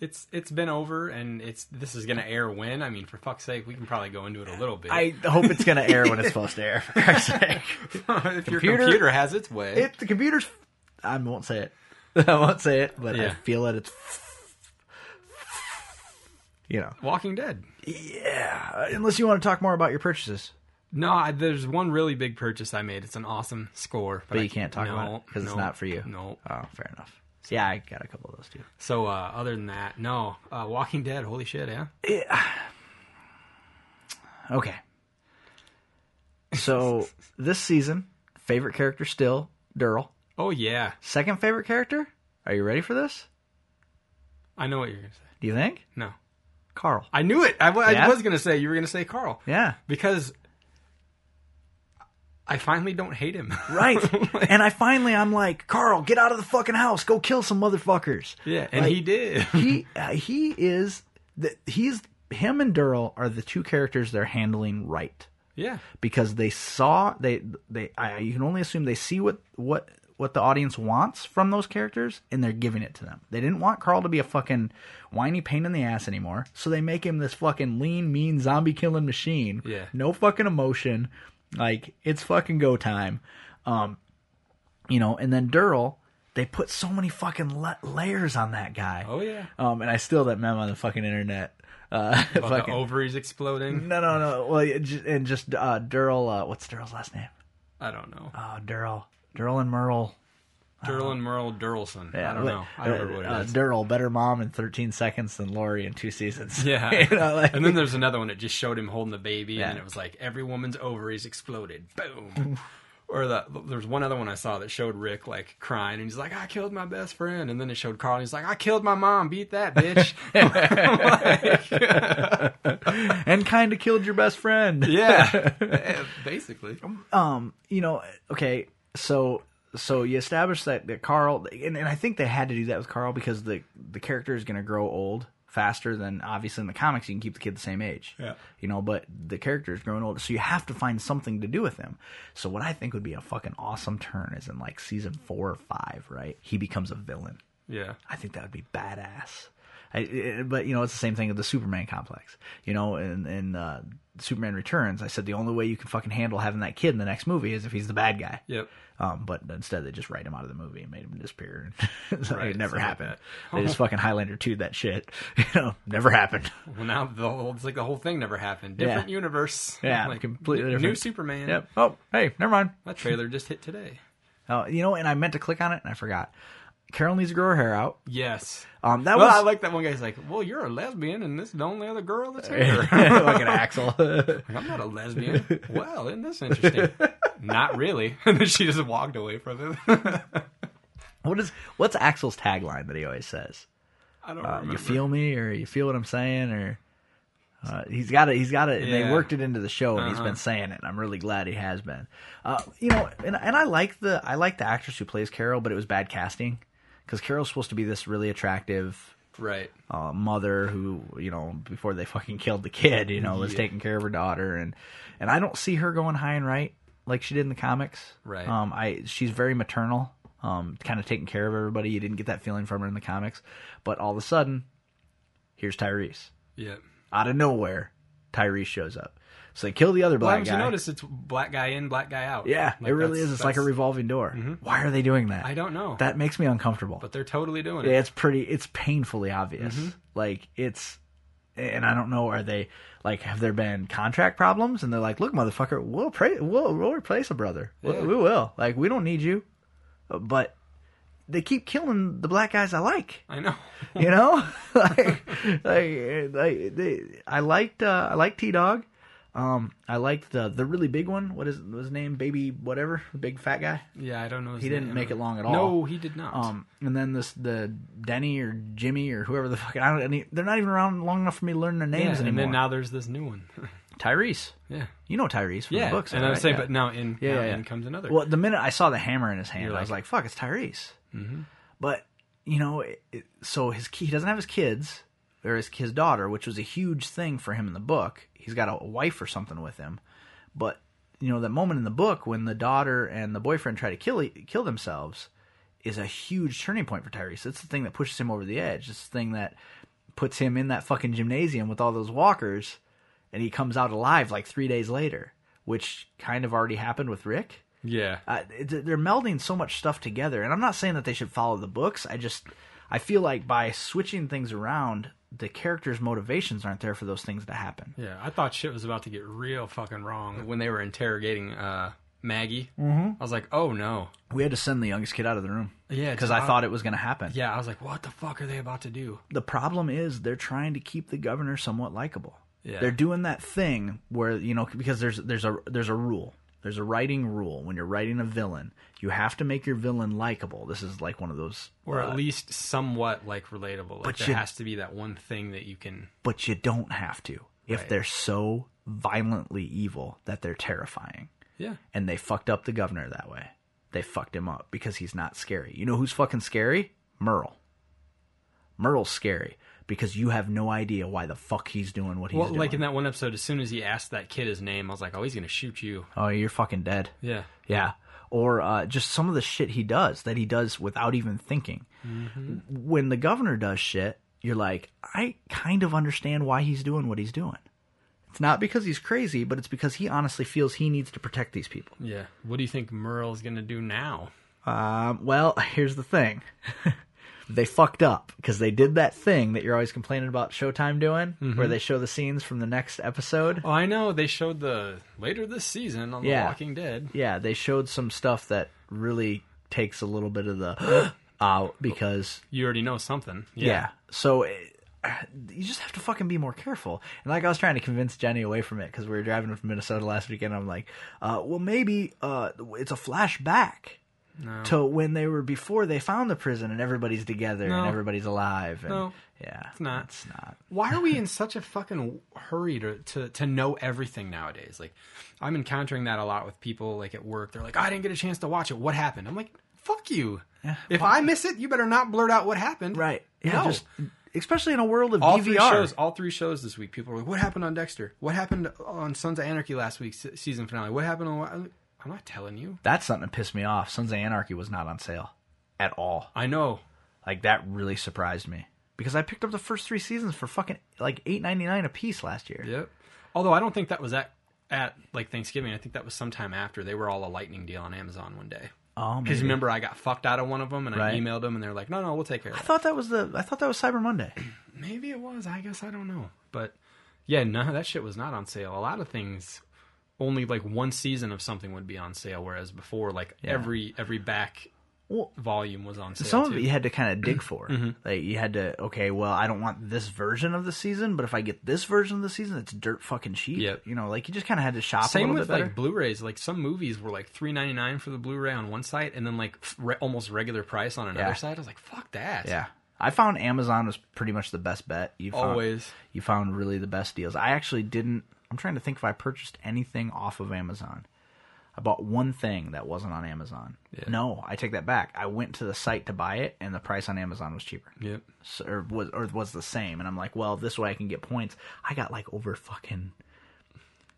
D: it's it's been over, and it's this is gonna air when. I mean, for fuck's sake, we can probably go into it a little bit.
C: I hope it's going to air when it's supposed to air, for Christ's sake.
D: if your
C: Computer-
D: computer has its way,
C: It, the computer's. I won't say it. I won't say it, but I
D: Yeah.
C: feel it. It's. You know.
D: Walking Dead.
C: Yeah. Unless you want to talk more about your purchases.
D: No, I, there's one really big purchase I made. It's an awesome score,
C: But
D: I-
C: you can't talk about
D: no,
C: it because it's
D: no,
C: not for you.
D: No.
C: Oh, fair enough. Yeah, I got a couple of those too.
D: So uh, other than that, no. Uh, Walking Dead. Holy shit, yeah.
C: Okay. So this season, favorite character still Daryl.
D: Oh yeah.
C: Second favorite character? Are you ready for this?
D: I know what you're gonna say.
C: Do you think
D: No,
C: Carl?
D: I knew it. I, wa- I
C: Yeah?
D: was gonna say you were gonna say Carl.
C: Yeah.
D: Because I finally don't hate him.
C: Right. and I finally I'm like, Carl, get out of the fucking house. Go kill some motherfuckers.
D: yeah, and
C: Like,
D: he did.
C: he uh, he is the, he's him and Daryl are the two characters they're handling right.
D: yeah.
C: because they saw they they I, you can only assume they see what what what the audience wants from those characters and they're giving it to them. They didn't want Carl to be a fucking whiny pain in the ass anymore, so they make him this fucking lean, mean zombie killing machine.
D: Yeah.
C: No fucking emotion. Like it's fucking go time. Um you know, and then Durrell They put so many fucking la- layers on that guy.
D: Oh, yeah.
C: Um, and I still that meme on the fucking internet. Uh,
D: About
C: fucking
D: the ovaries exploding.
C: no, no, no. Well, it ju- and just uh, Daryl. Uh, what's Daryl's last name?
D: I don't know.
C: Oh, Daryl. Daryl and Merle.
D: Durl and Merle Durlson. I don't
C: like,
D: know. I don't remember what
C: uh,
D: it is.
C: Daryl, better mom in 13 seconds than Lori in two seasons.
D: yeah.
C: You know, like-
D: and then there's another one. It just showed him holding the baby,
C: Yeah.
D: and it was like every woman's ovaries exploded. Boom. or the there's one other one I saw that showed Rick like crying, and he's like, "I killed my best friend," and then it showed Carl, and he's like, "I killed my mom. Beat that bitch."
C: and kind of killed your best friend.
D: yeah. Yeah, Basically.
C: um, you know, okay, so so you establish that, that Carl, and, and I think they had to do that with Carl because the the character is going to grow old faster than obviously in the comics you can keep the kid the same age.
D: Yeah.
C: You know, but the character is growing older, so you have to find something to do with him. So what I think would be a fucking awesome turn is in like season four or five, right? He becomes a villain.
D: Yeah.
C: I think that would be badass. I, it, but you know, it's the same thing with the Superman complex. You know, in in uh, Superman Returns, I said the only way you can fucking handle having that kid in the next movie is if he's the bad guy.
D: Yep.
C: Um, but instead, they just write him out of the movie and made him disappear. so
D: Right,
C: it never
D: something like
C: happened.
D: that.
C: they just fucking Highlander 2 that shit. You know, never happened.
D: Well, now the whole, it's like the whole thing never happened. Different
C: Yeah.
D: universe.
C: Yeah,
D: Like
C: completely
D: new
C: different.
D: Superman.
C: Yep. Oh, hey, never mind.
D: That trailer just hit today.
C: Oh, you know, and I meant to click on it and I forgot. Carol needs to grow her hair out.
D: Yes.
C: Um, that
D: well,
C: was
D: I like that one guy's like, "Well, you're a lesbian, and this is the only other girl that's here."
C: like an Axel.
D: I'm not a lesbian. Well, isn't this interesting? not really. And then she just walked away from him.
C: what is what's Axel's tagline that he always says?
D: I don't
C: Uh,
D: remember.
C: you feel me or you feel what I'm saying or uh, he's got it. He's got it. and They
D: Yeah.
C: worked it into the show, and he's
D: Uh-huh.
C: been saying it. And I'm really glad he has been. Uh, you know, and and I like the I like the actress who plays Carol, but it was bad casting because Carol's supposed to be this really attractive
D: right?
C: uh, mother who you know before they fucking killed the kid, you know, was
D: Yeah.
C: taking care of her daughter, and and I don't see her going high and right like she did in the comics.
D: Right.
C: Um, I she's very maternal, um, kind of taking care of everybody. You didn't get that feeling from her in the comics, but all of a sudden, here's Tyrese
D: Yeah.
C: out of nowhere. Tyrese shows up, so they kill the other
D: Why
C: black
D: don't
C: guy.
D: you notice it's black guy in, black guy out?
C: Yeah,
D: Like,
C: it really
D: that's-
C: is. It's like a
D: that's- Mm-hmm.
C: revolving door. Why are they doing that?
D: I don't know.
C: That makes me uncomfortable.
D: but they're totally doing
C: Yeah,
D: it.
C: it's pretty. It's painfully obvious. Like it's, and I don't know. Are they like? Have there been contract problems? And they're like, look, motherfucker, we'll pray, we'll, we'll replace a brother. We-
D: Yeah.
C: We, will. Like we don't need you, but they keep killing the black guys I like.
D: I know.
C: You know, like, like, like they, I liked uh, I liked T Dog. Um, I liked the the really big one. What is his name? Baby whatever, the big fat guy.
D: Yeah, I don't know. his
C: He didn't
D: name.
C: make it long at all.
D: No, he did not.
C: Um, and then this the Denny or Jimmy or whoever the fuck I don't. Any, they're not even around long enough for me to learn their
D: yeah,
C: names
D: and
C: anymore.
D: then now there's this new one.
C: Tyrese,
D: yeah.
C: you know Tyrese from
D: Yeah.
C: the books.
D: and
C: all
D: I
C: right?
D: was saying,
C: Yeah.
D: but now in
C: Yeah,
D: now
C: yeah, yeah.
D: in comes another.
C: Well, the minute I saw the hammer in his hand,
D: You're
C: I was
D: like- Mm-hmm.
C: like, "Fuck, it's Tyrese." But you know, it, it, so his ki- he doesn't have his kids or his his daughter, which was a huge thing for him in the book. He's got a wife or something with him, but you know that moment in the book when the daughter and the boyfriend try to kill e- kill themselves is a huge turning point for Tyrese. It's the thing that pushes him over the edge. It's the thing that puts him in that fucking gymnasium with all those walkers and he comes out alive like 3 days later, which kind of already happened with Rick
D: yeah.
C: uh, it- they're melding so much stuff together and i'm not saying that they should follow the books i just i feel like by switching things around the characters motivations aren't there for those things to happen
D: Yeah, I thought shit was about to get real fucking wrong when they were interrogating uh, Maggie. Mm-hmm. I was like, oh no.
C: we had to send the youngest kid out of the room
D: Yeah,
C: because i thought it was going to happen
D: Yeah, I was like, what the fuck are they about to do?
C: the problem is they're trying to keep the governor somewhat likable
D: Yeah.
C: they're doing that thing where you know because there's there's a there's a rule there's a writing rule when you're writing a villain you have to make your villain likable this is like one of those
D: Or
C: uh,
D: at least somewhat like relatable. Like
C: but
D: there
C: you-
D: has to be that one thing that you can.
C: but you don't have to if
D: Right.
C: they're so violently evil that they're terrifying.
D: Yeah.
C: And they fucked up the governor that way. They fucked him up because he's not scary. You know who's fucking scary? Merle. Merle's scary because you have no idea why the fuck he's doing what he's
D: Well,
C: doing.
D: like in that one episode, as soon as he asked that kid his name, I was like, oh, he's gonna shoot you.
C: oh, you're fucking dead.
D: Yeah.
C: Yeah. Or uh, just some of the shit he does that he does without even thinking. When the governor does shit, you're like, I kind of understand why he's doing what he's doing. It's not because he's crazy, but it's because he honestly feels he needs to protect these people.
D: Yeah. What do you think Merle's gonna do now?
C: Um, well, here's the thing. they fucked up because they did that thing that you're always complaining about Showtime doing, where they show the scenes from the next episode.
D: Oh, I know. They showed the later this season on
C: Yeah.
D: The Walking Dead.
C: Yeah, they showed some stuff that really takes a little bit of the out because
D: You already know something.
C: yeah. So it, you just have to fucking be more careful. And like I was trying to convince Jenny away from it because we were driving from Minnesota last weekend. I'm like, uh, well, maybe uh, it's a flashback. To when they were before they found the prison and everybody's together
D: No.
C: and everybody's alive and
D: No.
C: yeah it's
D: not.
C: it's not
D: Why are we in such a fucking hurry to, to, to know everything nowadays? Like, I'm encountering that a lot with people, like, at work. They're like, "Oh, I didn't get a chance to watch it. What happened? I'm like, fuck you. if I miss it, you better not blurt out what happened.
C: Right. Yeah.
D: no.
C: Just, especially in a world of
D: all
C: DVR.
D: three shows, all three shows this week, people were like, what happened on Dexter? What happened on Sons of Anarchy last week's se- season finale? What happened on... I'm like, I'm not telling you.
C: That's something that pissed me off. Sons of Anarchy was not on sale at all.
D: I know.
C: Like that really surprised me because I picked up the first three seasons for fucking like eight ninety nine a piece last year.
D: Yep. Although I don't think that was at at like Thanksgiving. I think that was sometime after they were all a lightning deal on Amazon one day.
C: Oh,
D: Because
C: maybe.
D: remember, I got fucked out of one of them, and I
C: Right.
D: emailed them, and they're like, "No, no, we'll take care of
C: I
D: that."
C: thought that was the. I thought that was Cyber Monday.
D: Maybe it was. I guess I don't know. But yeah, no, that shit was not on sale. A lot of things, only like one season of something would be on sale, whereas before, like every every back
C: Well,
D: volume was on sale.
C: some of
D: too. Mm-hmm.
C: it you had to kind of dig for. Like you had to. Okay, well, I don't want this version of the season, but if I get this version of the season, it's dirt fucking cheap.
D: Yep.
C: You know, like you just kind of had to shop. a
D: Same
C: little
D: with
C: bit better.
D: like Blu-rays. Like some movies were like three ninety nine for the Blu-ray on one site, and then like re- almost regular price on another
C: Yeah.
D: site. I was like, "Fuck that."
C: Yeah. I found Amazon was pretty much the best bet. You found,
D: Always.
C: You found really the best deals. I actually didn't. I'm trying to think if I purchased anything off of Amazon. I bought one thing that wasn't on Amazon. No, I take that back. I went to the site to buy it, and the price on Amazon was cheaper,
D: Yep.
C: so, or was or was the same. And I'm like, well, this way I can get points. I got like over fucking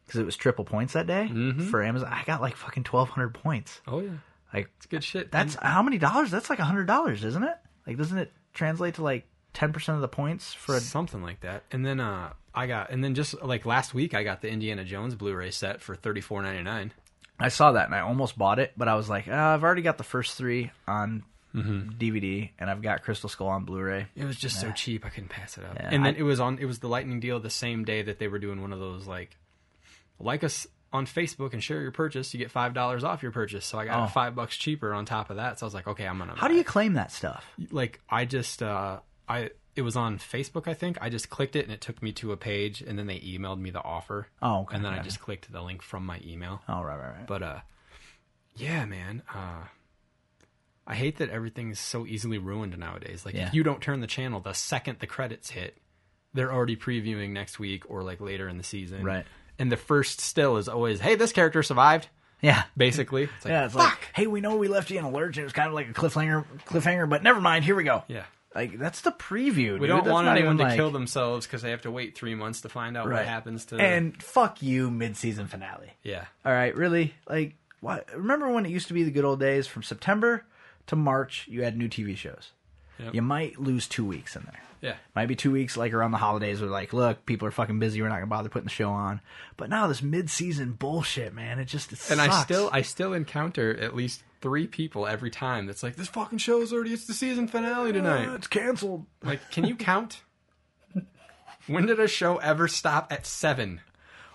C: because it was triple points that day for Amazon. I got like fucking 1,200 points.
D: Oh yeah,
C: Like
D: it's good shit.
C: that's how many dollars? That's like a hundred dollars, isn't it? Like, doesn't it translate to like ten percent of the points for a?
D: And something like that. And then uh, I got, and then just like last week, I got the Indiana Jones Blu-ray set for thirty four ninety nine.
C: I saw that and I almost bought it, but I was like, uh, I've already got the first three on Mm-hmm. DVD, and I've got Crystal Skull on Blu-ray.
D: It was just so cheap, I couldn't pass it up.
C: Yeah,
D: and then
C: I-
D: it was on, it was the lightning deal the same day that they were doing one of those like, like us on Facebook and share your purchase, you get five dollars off your purchase. So I got it
C: Oh.
D: five bucks cheaper on top of that. So I was like, okay, I'm gonna.
C: How do you claim that stuff?
D: like I just uh I it was on Facebook I think. I just clicked it and it took me to a page and then they emailed me the offer.
C: Oh, okay,
D: And then I
C: gotcha.
D: just clicked the link from my email.
C: Oh, right, right, right.
D: But uh yeah, man. Uh I hate that everything is so easily ruined nowadays. Like
C: Yeah.
D: if you don't turn the channel the second the credits hit, they're already previewing next week or like later in the season.
C: Right.
D: And the first still is always, "Hey, this character survived."
C: yeah.
D: Basically, it's like,
C: Yeah, it's
D: fuck.
C: like, hey, we know we left you in a lurch. and It was kind of like a cliffhanger, cliffhanger, but never mind. Here we go.
D: yeah.
C: like that's the preview.
D: We don't want anyone to kill themselves because they have to wait three months to find out what happens to.
C: and fuck you, mid-season finale.
D: yeah,
C: All right, really? Like, what? Remember when it used to be the good old days? From September to March, you had new TV shows.
D: Yep.
C: You might lose two weeks in there.
D: yeah,
C: Might be two weeks, like around the holidays, where like, look, people are fucking busy. We're not gonna bother putting the show on. But now this mid-season bullshit, man, it just it
D: and I
C: sucks.
D: still I still encounter at least three people every time that's like this fucking show is already it's the season finale
C: Uh,
D: tonight.
C: it's canceled.
D: like, can you count? When did a show ever stop at seven?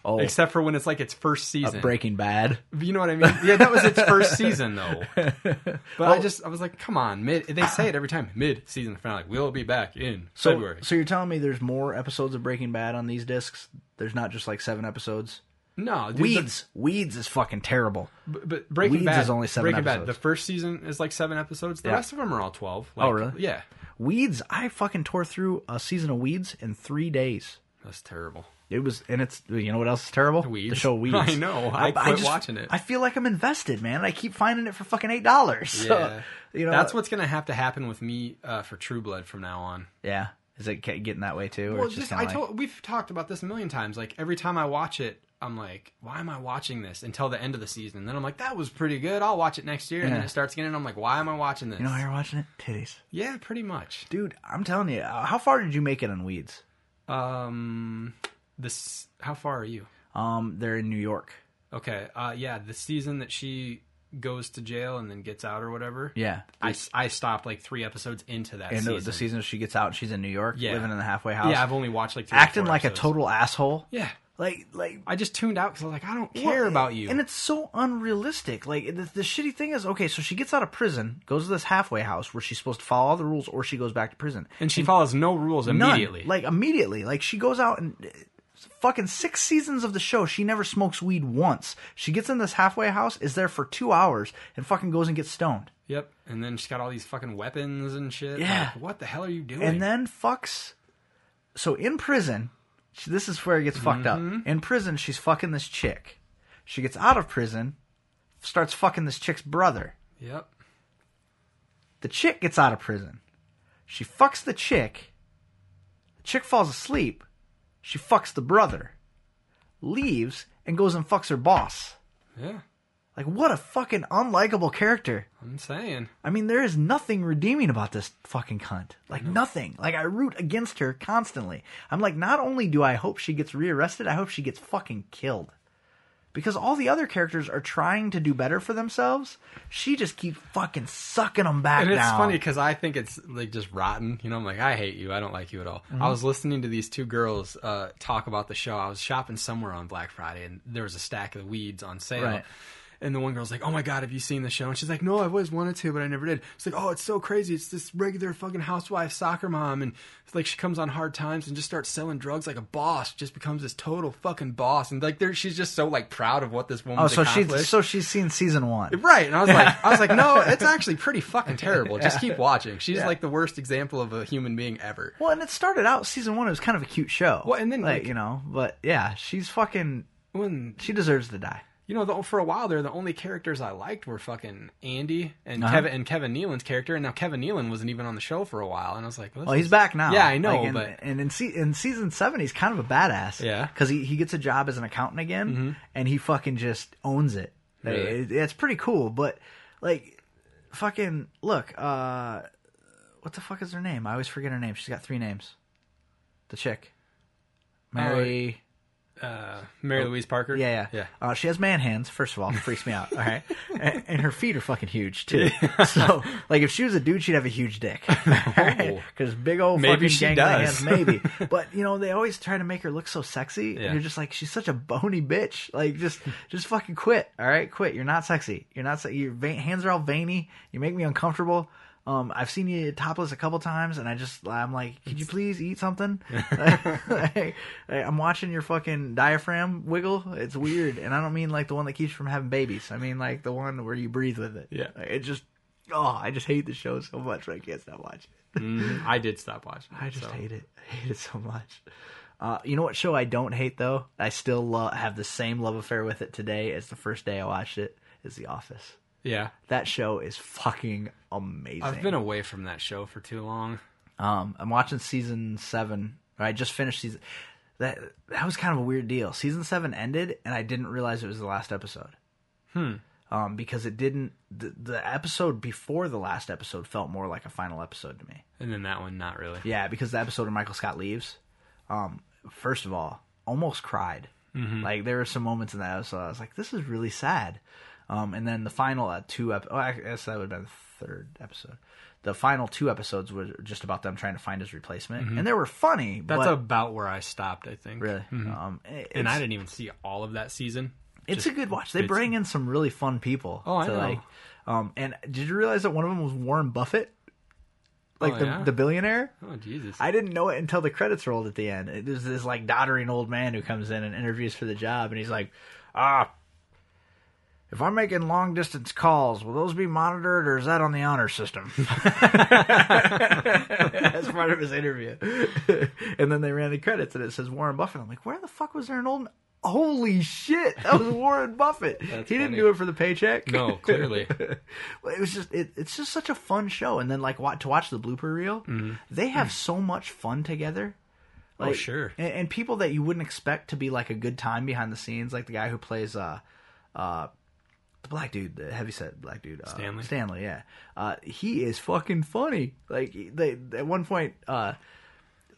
C: Oh,
D: Except for when it's like its first
C: uh,
D: season.
C: Breaking Bad.
D: You know what I mean? Yeah, that was its first season though. But I just I was like, come on, mid. They say it every time, mid season finale. We'll be back in
C: So,
D: February.
C: so you're telling me there's more episodes of Breaking Bad on these discs? There's not just like seven episodes.
D: No, dude, the-
C: Weeds, Weeds is fucking terrible.
D: But, but Breaking
C: Weeds
D: Bad
C: is only seven
D: Breaking Bad.
C: episodes.
D: The first season is like seven episodes. The
C: Yeah.
D: rest of them are all twelve.
C: Oh,
D: Like,
C: really?
D: Yeah,
C: Weeds, I fucking tore through a season of Weeds in three days.
D: that's terrible.
C: It was, and it's, you know what else is terrible?
D: Weeds.
C: The show Weeds.
D: I know. I quit watching it.
C: I feel like I'm invested, man. I keep finding it for fucking eight dollars.
D: yeah,
C: you know
D: that's what's gonna have to happen with me uh, for True Blood from now on.
C: Yeah, is it ca- getting that way too? or
D: Well,
C: it's
D: just,
C: just,
D: I
C: kinda like,
D: told we've talked about this a million times. Like every time I watch it, I'm like, why am I watching this until the end of the season? then I'm like, that was pretty good. I'll watch it next year. And then
C: Yeah.
D: it starts again, and I'm like, why am I watching this?
C: you know, how you're watching it, titties,
D: yeah, pretty much.
C: dude. I'm telling you, uh, how far did you make it on Weeds?
D: Um, this. How far are you?
C: Um, they're in New York.
D: Okay. Uh, yeah, the season that she goes to jail and then gets out or whatever.
C: Yeah.
D: I, I stopped like three episodes into that
C: And the,
D: season.
C: the season she gets out, and she's in New York,
D: Yeah.
C: living in the halfway house,
D: Yeah, I've only watched like three or
C: acting
D: four
C: like
D: episodes.
C: a total asshole.
D: Yeah,
C: Like, like
D: I just tuned out because I was like, I don't care
C: Well,
D: about you.
C: And it's so unrealistic. Like the, the shitty thing is, okay, so she gets out of prison, goes to this halfway house where she's supposed to follow all the rules, or she goes back to prison.
D: and she follows no rules
C: None.
D: immediately.
C: like immediately, like she goes out and uh, fucking six seasons of the show, she never smokes weed once. She gets in this halfway house, is there for two hours, and fucking goes and gets stoned,
D: yep. And then she's got all these fucking weapons and shit.
C: Yeah.
D: Like, what the hell are you doing?
C: and then fucks. So in prison, she- this is where it gets fucked up. In prison, she's fucking this chick. She gets out of prison, starts fucking this chick's brother.
D: yep.
C: The chick gets out of prison. She fucks the chick. The chick falls asleep. She fucks the brother. Leaves and goes and fucks her boss.
D: Yeah.
C: Like, what a fucking unlikable character.
D: I'm saying.
C: I mean, there is nothing redeeming about this fucking cunt. Like, nothing. Like, I root against her constantly. I'm like, not only do I hope she gets rearrested, I hope she gets fucking killed. Because all the other characters are trying to do better for themselves. She just keeps fucking sucking them back
D: And it's
C: down.
D: funny because I think it's like just rotten. You know, I'm like, I hate you. I don't like you at all.
C: Mm-hmm.
D: I was listening to these two girls uh, talk about the show. I was shopping somewhere on Black Friday, and there was a stack of the weeds on sale.
C: Right.
D: And the one girl's like, "Oh my god, have you seen the show?" And she's like, "No, I've always wanted to, but I never did." She's like, "Oh, it's so crazy. It's this regular fucking housewife soccer mom, and it's like she comes on hard times and just starts selling drugs like a boss. Just becomes this total fucking boss, and like, there she's just so like proud of what this woman.
C: Oh, so
D: accomplished.
C: she's so she's seen season one.
D: Right. And I was like, I was like, no, it's actually pretty fucking terrible. Just keep watching. She's like the worst example of a human being ever.
C: Well, and it started out season one. It was kind of a cute show.
D: Well, and then,
C: like,
D: like-
C: you know, but yeah, she's fucking.
D: When
C: She deserves to die.
D: you know, the, for a while there, the only characters I liked were fucking Andy and Kevin and Kevin Nealon's character. And now Kevin Nealon wasn't even on the show for a while. And I was like, well,
C: Well, he's back now.
D: Yeah, I know,
C: Like, and,
D: but-
C: and in se- in season seven, he's kind of a badass.
D: Yeah. Mm-hmm.
C: because he, he gets a job as an accountant again, and he fucking just owns it. Like,
D: Really?
C: it- it's pretty cool, but like, fucking look. uh What the fuck is her name? I always forget her name. She's got three names. The chick, Mary.
D: uh, Mary Louise Parker.
C: Yeah, yeah.
D: yeah.
C: Uh, she has man hands, first of all. Freaks me out. All right. and, and her feet are fucking huge, too. so, like, if she was a dude, she'd have a huge dick. Because big old
D: Oh. Maybe
C: fucking
D: she
C: gangly
D: does.
C: hands, maybe. But, you know, they always try to make her look so sexy.
D: Yeah.
C: And you're just like, she's such a bony bitch. Like, just just fucking quit. All right. Quit. You're not sexy. You're not sexy. Your vein, hands are all veiny. You make me uncomfortable. Um, I've seen you topless a couple times, and I just I'm like, could you please eat something? Like, I'm watching your fucking diaphragm wiggle. It's weird, and I don't mean like the one that keeps you from having babies. I mean like the one where you breathe with it.
D: Yeah.
C: Like, it just oh, I just hate the show so much. I can't stop watching. it.
D: Mhm. I did stop watching.
C: I just
D: so.
C: hate it. I hate it so much. Uh, you know what show I don't hate though? I still lo- have the same love affair with it today as the first day I watched it. Is The Office.
D: Yeah.
C: That show is fucking amazing.
D: I've been away from that show for too long.
C: Um, I'm watching season seven. Or I just finished season. That that was kind of a weird deal. Season seven ended, and I didn't realize it was the last episode. Hmm. Um, because it didn't. The, the episode before the last episode felt more like a final episode to me.
D: And then that one, not really.
C: Yeah, because the episode where Michael Scott leaves. Um, first of all, almost cried.
D: Mm-hmm.
C: Like there were some moments in that episode I was like, "This is really sad." Um, and then the final uh, two ep- oh, I guess that would have been the third episode. The final two episodes were just about them trying to find his replacement, and they were funny.
D: Mm-hmm. That's
C: but
D: about where I stopped, I think.
C: really, um, it- it's-
D: And I didn't even see all of that season.
C: it's a good watch. They
D: it's-
C: bring in some really fun people.
D: Oh, I know.
C: um, and did you realize that one of them was Warren Buffett, like
D: Oh,
C: the
D: yeah?
C: the billionaire?
D: Oh, Jesus.
C: I didn't know it until the credits rolled at the end. It- There's this like doddering old man who comes in and interviews for the job, and he's like, "Ah, if I'm making long distance calls, will those be monitored, or is that on the honor system?" That's part of his interview. and then they ran the credits, and it says Warren Buffett. I'm like, where the fuck was there an old? Holy shit! That was Warren Buffett. he didn't
D: funny.
C: do it for the paycheck.
D: no, clearly.
C: Well, it was just it, it's just such a fun show and then like wa to watch the blooper reel
D: Mm-hmm.
C: they have so much fun together like,
D: Hmm. Oh, sure.
C: and, and people that you wouldn't expect to be like a good time behind the scenes like the guy who plays uh uh the black dude the heavyset black dude uh,
D: Stanley?
C: stanley yeah uh he is fucking funny like they at one point uh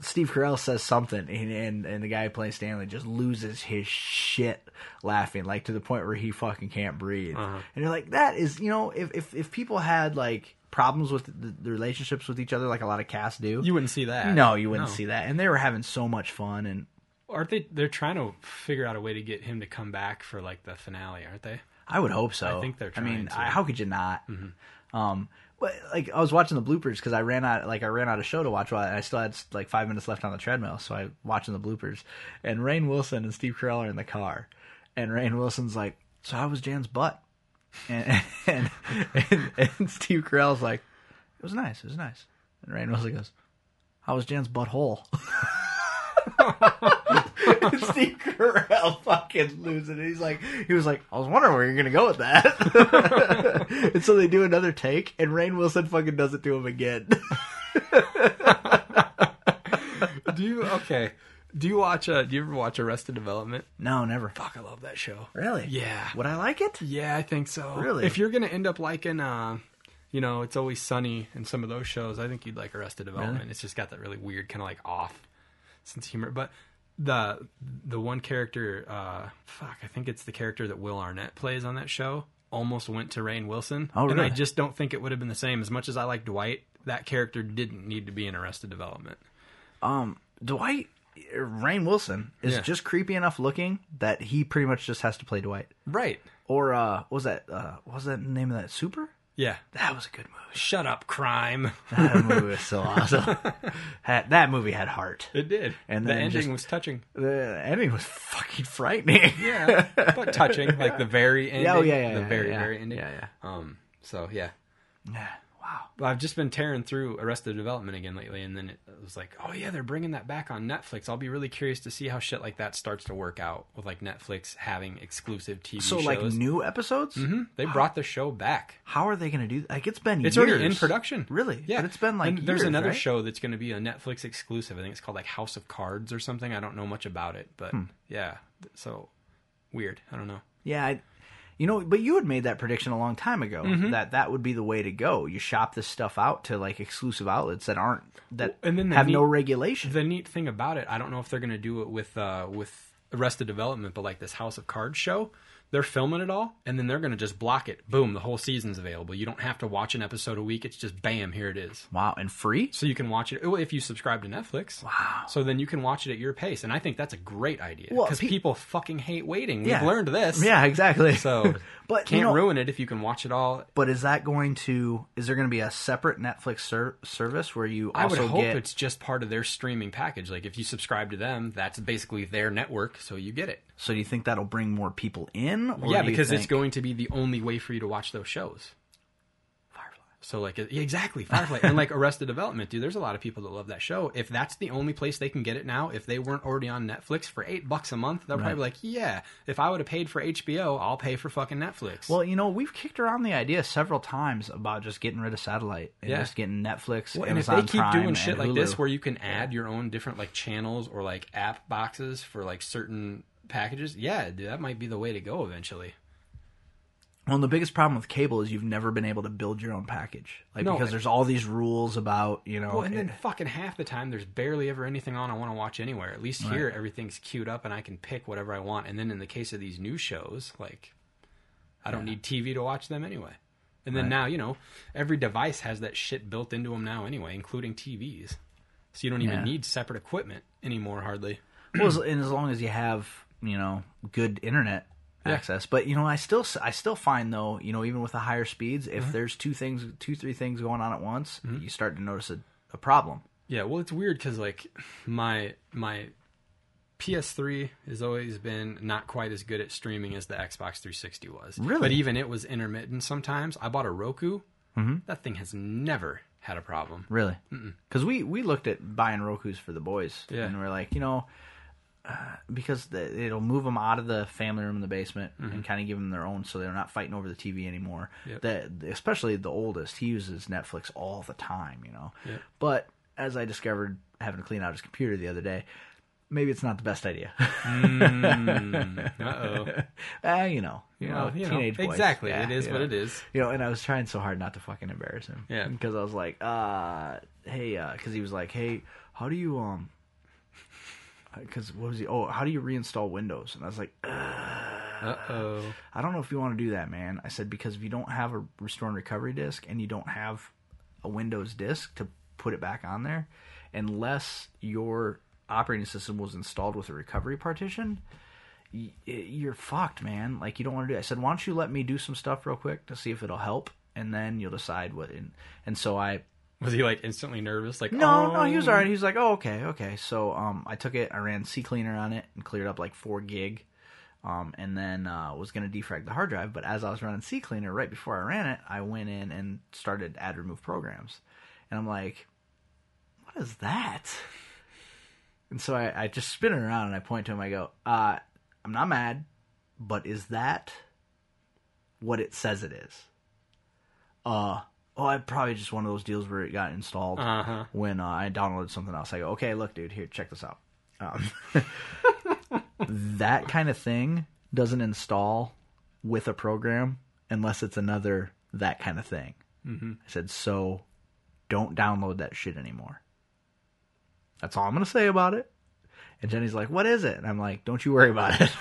C: Steve Carell says something, and, and and the guy playing Stanley just loses his shit laughing, like to the point where he fucking can't breathe. And you're like, that is, you know, if if if people had like problems with the, the relationships with each other, like a lot of casts do,
D: You wouldn't see that.
C: no, you wouldn't see that. And they were having so much fun, and
D: Aren't they? They're trying to figure out a way to get him to come back for like the finale, aren't they?
C: I would hope so.
D: I think they're
C: I mean,
D: trying to. Mm-hmm.
C: I, how could you not? Um, but like I was watching the bloopers because I ran out like I ran out of show to watch while and I still had like five minutes left on the treadmill, so I watching the bloopers. And Rain Wilson and Steve Carell are in the car, and Rain Wilson's like, "So how was Jan's butt?" And and, and, and Steve Carell's like, "It was nice. It was nice." And Rain Wilson goes, "How was Jan's butthole?" Steve Carell fucking losing. it. He's like, he was like, I was wondering where you're gonna go with that. and so they do another take, and Rain Wilson fucking does it to him again.
D: Do you? Okay. Do you watch? Uh, do you ever watch Arrested Development?
C: no, never.
D: Fuck, I love that show.
C: Really?
D: Yeah.
C: Would I like it?
D: Yeah, I think so.
C: Really?
D: If you're gonna end up liking, uh, you know, It's Always Sunny and some of those shows, I think you'd like Arrested Development.
C: Really?
D: It's just got that really weird kind of like off sense of humor. But the the one character, uh, fuck, I think it's the character that Will Arnett plays on that show. Almost went to Rain Wilson.
C: Oh,
D: And I
C: really?
D: just don't think it would have been the same. As much as I like Dwight, that character didn't need to be in Arrested Development.
C: Um, Dwight, Rain Wilson is
D: Yeah.
C: just creepy enough looking that he pretty much just has to play Dwight.
D: Right.
C: Or uh, what was that uh, what was that name of that Super?
D: Yeah.
C: That was a good movie.
D: Shut up, crime.
C: That movie was so awesome. had, that movie had heart.
D: It did.
C: And
D: the
C: then
D: ending
C: just-
D: was touching.
C: The ending was fucking frightening.
D: Yeah, but touching, like the very ending.
C: Yeah, oh, yeah, yeah,
D: the
C: yeah,
D: very,
C: yeah.
D: very ending.
C: Yeah,
D: Um, so yeah,
C: Yeah. Wow.
D: well, I've just been tearing through Arrested Development again lately, and then it was like, oh yeah, they're bringing that back on Netflix. I'll be really curious to see how shit like that starts to work out with like Netflix having exclusive TV
C: So
D: shows.
C: like new episodes?
D: Mhm. they brought the show back.
C: How are they going to do? Like it's been
D: It's
C: years.
D: already in production.
C: Really?
D: Yeah.
C: But it's been like
D: And there's
C: years,
D: another
C: right?
D: show that's going to be a Netflix exclusive. I think it's called like House of Cards or something. I don't know much about it, but
C: Hmm.
D: yeah. So weird. I don't know.
C: Yeah, I, you know, but you had made that prediction a long time ago
D: Mm-hmm.
C: that that would be the way to go. You shop this stuff out to like exclusive outlets that aren't that
D: Well, and then they
C: have no
D: need-
C: regulation.
D: The neat thing about it, I don't know if they're going to do it with uh, with Arrested Development, but like this House of Cards show, they're filming it all, and then they're going to just block it. Boom, the whole season's available. You don't have to watch an episode a week. It's just bam, here it is.
C: wow, and free?
D: So you can watch it well, if you subscribe to Netflix. Wow. So then you can watch it at your pace, and I think that's a great idea
C: Well,
D: because
C: pe-
D: people fucking hate waiting.
C: Yeah.
D: We've learned this.
C: Yeah, exactly.
D: So
C: But, you
D: can't
C: know-
D: ruin it if you can watch it all.
C: but is that going to? Is there going to be a separate Netflix ser- service where you
D: I
C: also
D: would hope
C: get?
D: it's just part of their streaming package. Like if you subscribe to them, that's basically their network, so you get it.
C: So do you think that'll bring more people in? Or
D: yeah,
C: do you
D: because it's
C: think-
D: going to be the only way for you to watch those shows. Firefly. So like it- yeah, exactly Firefly and like Arrested Development, dude. There's a lot of people that love that show. If that's the only place they can get it now, if they weren't already on Netflix for eight bucks a month, they'll probably be like, yeah. If I would have paid for HBO, I'll pay for fucking Netflix.
C: Well, you know, we've kicked around the idea several times about just getting rid of satellite and
D: Yeah.
C: just getting Netflix.
D: Well, and if
C: Amazon
D: they keep
C: Prime,
D: doing shit
C: and
D: like this,
C: Hulu.
D: where you can add your own different like channels or like app boxes for like certain packages, yeah, dude, that might be the way to go eventually.
C: Well, and the biggest problem with cable is you've never been able to build your own package, like
D: No,
C: because
D: I-
C: there's all these rules about you know.
D: Well, and
C: it-
D: then fucking half the time, there's barely ever anything on I want to watch anywhere. At least here, everything's queued up and I can pick whatever I want. And then in the case of these new shows, like, I don't need TV to watch them anyway. And then now, you know, every device has that shit built into them now anyway, including TVs. So you don't even
C: Yeah.
D: need separate equipment anymore, hardly.
C: eh, well, as- and as long as you have you know good internet
D: Yeah.
C: access, but you know I still s- I still find though you know even with the higher speeds, if
D: Mm-hmm.
C: there's two things two three things going on at once, you start to notice a, a problem.
D: Yeah, well, it's weird because like my my PS3 has always been not quite as good at streaming as the Xbox 360 was.
C: Really?
D: but even it was intermittent sometimes. I bought a Roku. Mm-hmm. That thing has never had a problem.
C: Really? Because we we looked at buying Roku's for the boys,
D: Yeah.
C: and we're like, you know, uh, because the, it'll move them out of the family room in the basement and kind of give them their own, so they're not fighting over the TV anymore.
D: Mm-hmm. Yep.
C: The, especially the oldest, he uses Netflix all the time, you know.
D: Yep.
C: But as I discovered having to clean out his computer the other day, maybe it's not the best idea.
D: Uh oh.
C: Ah, you know, you know, teenage boys.
D: Exactly.
C: Yeah,
D: it is
C: you
D: what
C: know.
D: it is.
C: You know, and I was trying so hard not to fucking embarrass him.
D: Yeah.
C: Because I was like, uh, hey, uh, because he was like, hey, how do you um, because what was he? Oh, how do you reinstall Windows? And I was like,
D: Uh oh.
C: I don't know if you want to do that, man. I said because if you don't have a restore and recovery disk and you don't have a Windows disk to put it back on there, unless your operating system was installed with a recovery partition, y- you're fucked, man. Like you don't want to do. It. I said, why don't you let me do some stuff real quick to see if it'll help, and then you'll decide what. And, and so I
D: Was he like instantly nervous? Like
C: no, no, he
D: oh.
C: was alright. He was like, oh, okay, okay. So um, I took it, I ran C cleaner on it, and cleared up like four gig. Um, and then uh, was gonna defrag the hard drive, but as I was running C cleaner right before I ran it, I went in and started add remove programs, and I'm like, what is that? And so I, I just spin it around and I point to him. I go, uh, I'm not mad, but is that what it says it is? Uh, oh, I probably just one of those deals where it got installed
D: Uh-huh.
C: when uh, I downloaded something else. I go, okay, look, dude, here, check this out. Um, that kind of thing doesn't install with a program unless it's another that kind of thing. I said, so don't download that shit anymore. That's all I'm going to say about it. And Jenny's like, what is it? And I'm like, don't you worry about it.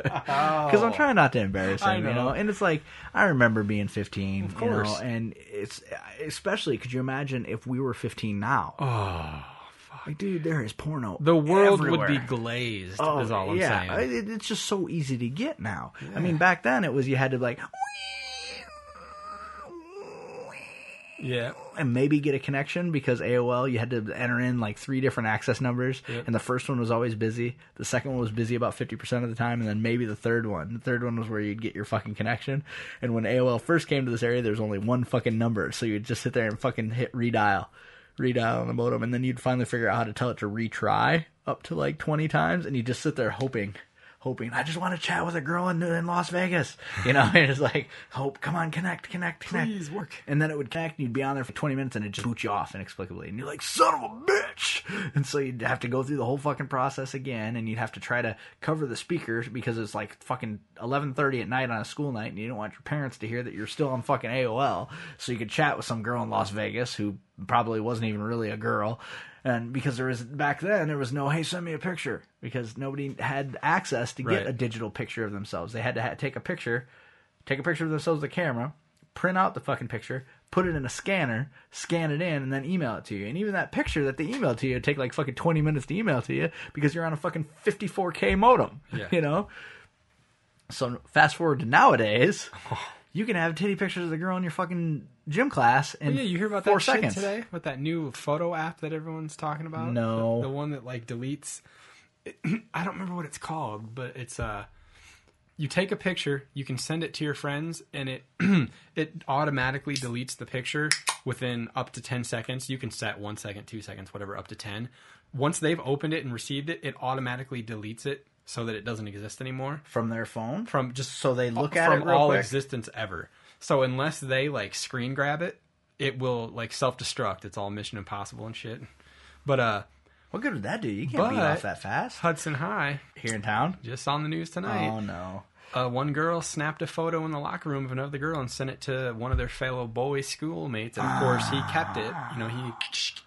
C: Because I'm trying not to embarrass him,
D: I
C: you
D: know.
C: know. And it's like, I remember being 15, of
D: course.
C: you know, and it's especially, could you imagine if we were 15 now?
D: Oh,
C: Like, dude, there is porno.
D: the world
C: everywhere.
D: would be glazed.
C: Oh,
D: is all I'm
C: yeah.
D: saying.
C: It- it's just so easy to get now. I mean, back then it was you had to like,
D: yeah.
C: and maybe get a connection because AOL you had to enter in like three different access numbers,
D: Yep.
C: and the first one was always busy. The second one was busy about fifty percent of the time, and then maybe the third one. The third one was where you'd get your fucking connection. And when AOL first came to this area, there was only one fucking number, so you'd just sit there and fucking hit redial, redial on the modem, and then you'd finally figure out how to tell it to retry up to like twenty times, and you just sit there hoping. Hoping I just want to chat with a girl in, in Las Vegas, you know. And it's like hope, come on, connect, connect, connect.
D: Please work.
C: And then it would connect, and you'd be on there for 20 minutes, and it'd just boot you off inexplicably. And you're like, son of a bitch! And so you'd have to go through the whole fucking process again, and you'd have to try to cover the speaker because it's like fucking 11.30 at night on a school night, and you don't want your parents to hear that you're still on fucking AOL. So you could chat with some girl in Las Vegas who probably wasn't even really a girl. And because there was, back then, there was no, hey, send me a picture. Because nobody had access to get
D: Right.
C: a digital picture of themselves. They had to ha- take a picture take a picture of themselves with a camera, print out the fucking picture, put it in a scanner, scan it in, and then email it to you. And even that picture that they emailed to you would take like fucking 20 minutes to email to you because you're on a fucking 54K modem,
D: Yeah.
C: you know? So fast forward to nowadays, you can have titty pictures of the girl in your fucking gym class in
D: Yeah, you hear about
C: four
D: that
C: seconds.
D: shit today with that new photo app that everyone's talking about?
C: No.
D: the, the one that like deletes. I don't remember what it's called, but it's uh, you take a picture, you can send it to your friends, and it it automatically deletes the picture within up to ten seconds. You can set one second, two seconds, whatever, up to ten. Once they've opened it and received it, it automatically deletes it so that it doesn't exist anymore
C: From their phone?
D: from just
C: So they look at
D: from
C: it real
D: all
C: quick?
D: existence ever. So unless they like screen grab it, it will like self destruct. It's all Mission Impossible and shit. But uh,
C: what good would that do? You can't beat
D: But-
C: off that fast.
D: Hudson High
C: Here in town?
D: just on the news
C: Oh,
D: tonight.
C: no.
D: uh, one girl snapped a photo in the locker room of another girl and sent it to one of their fellow boy schoolmates. And of course, he kept it. You know, he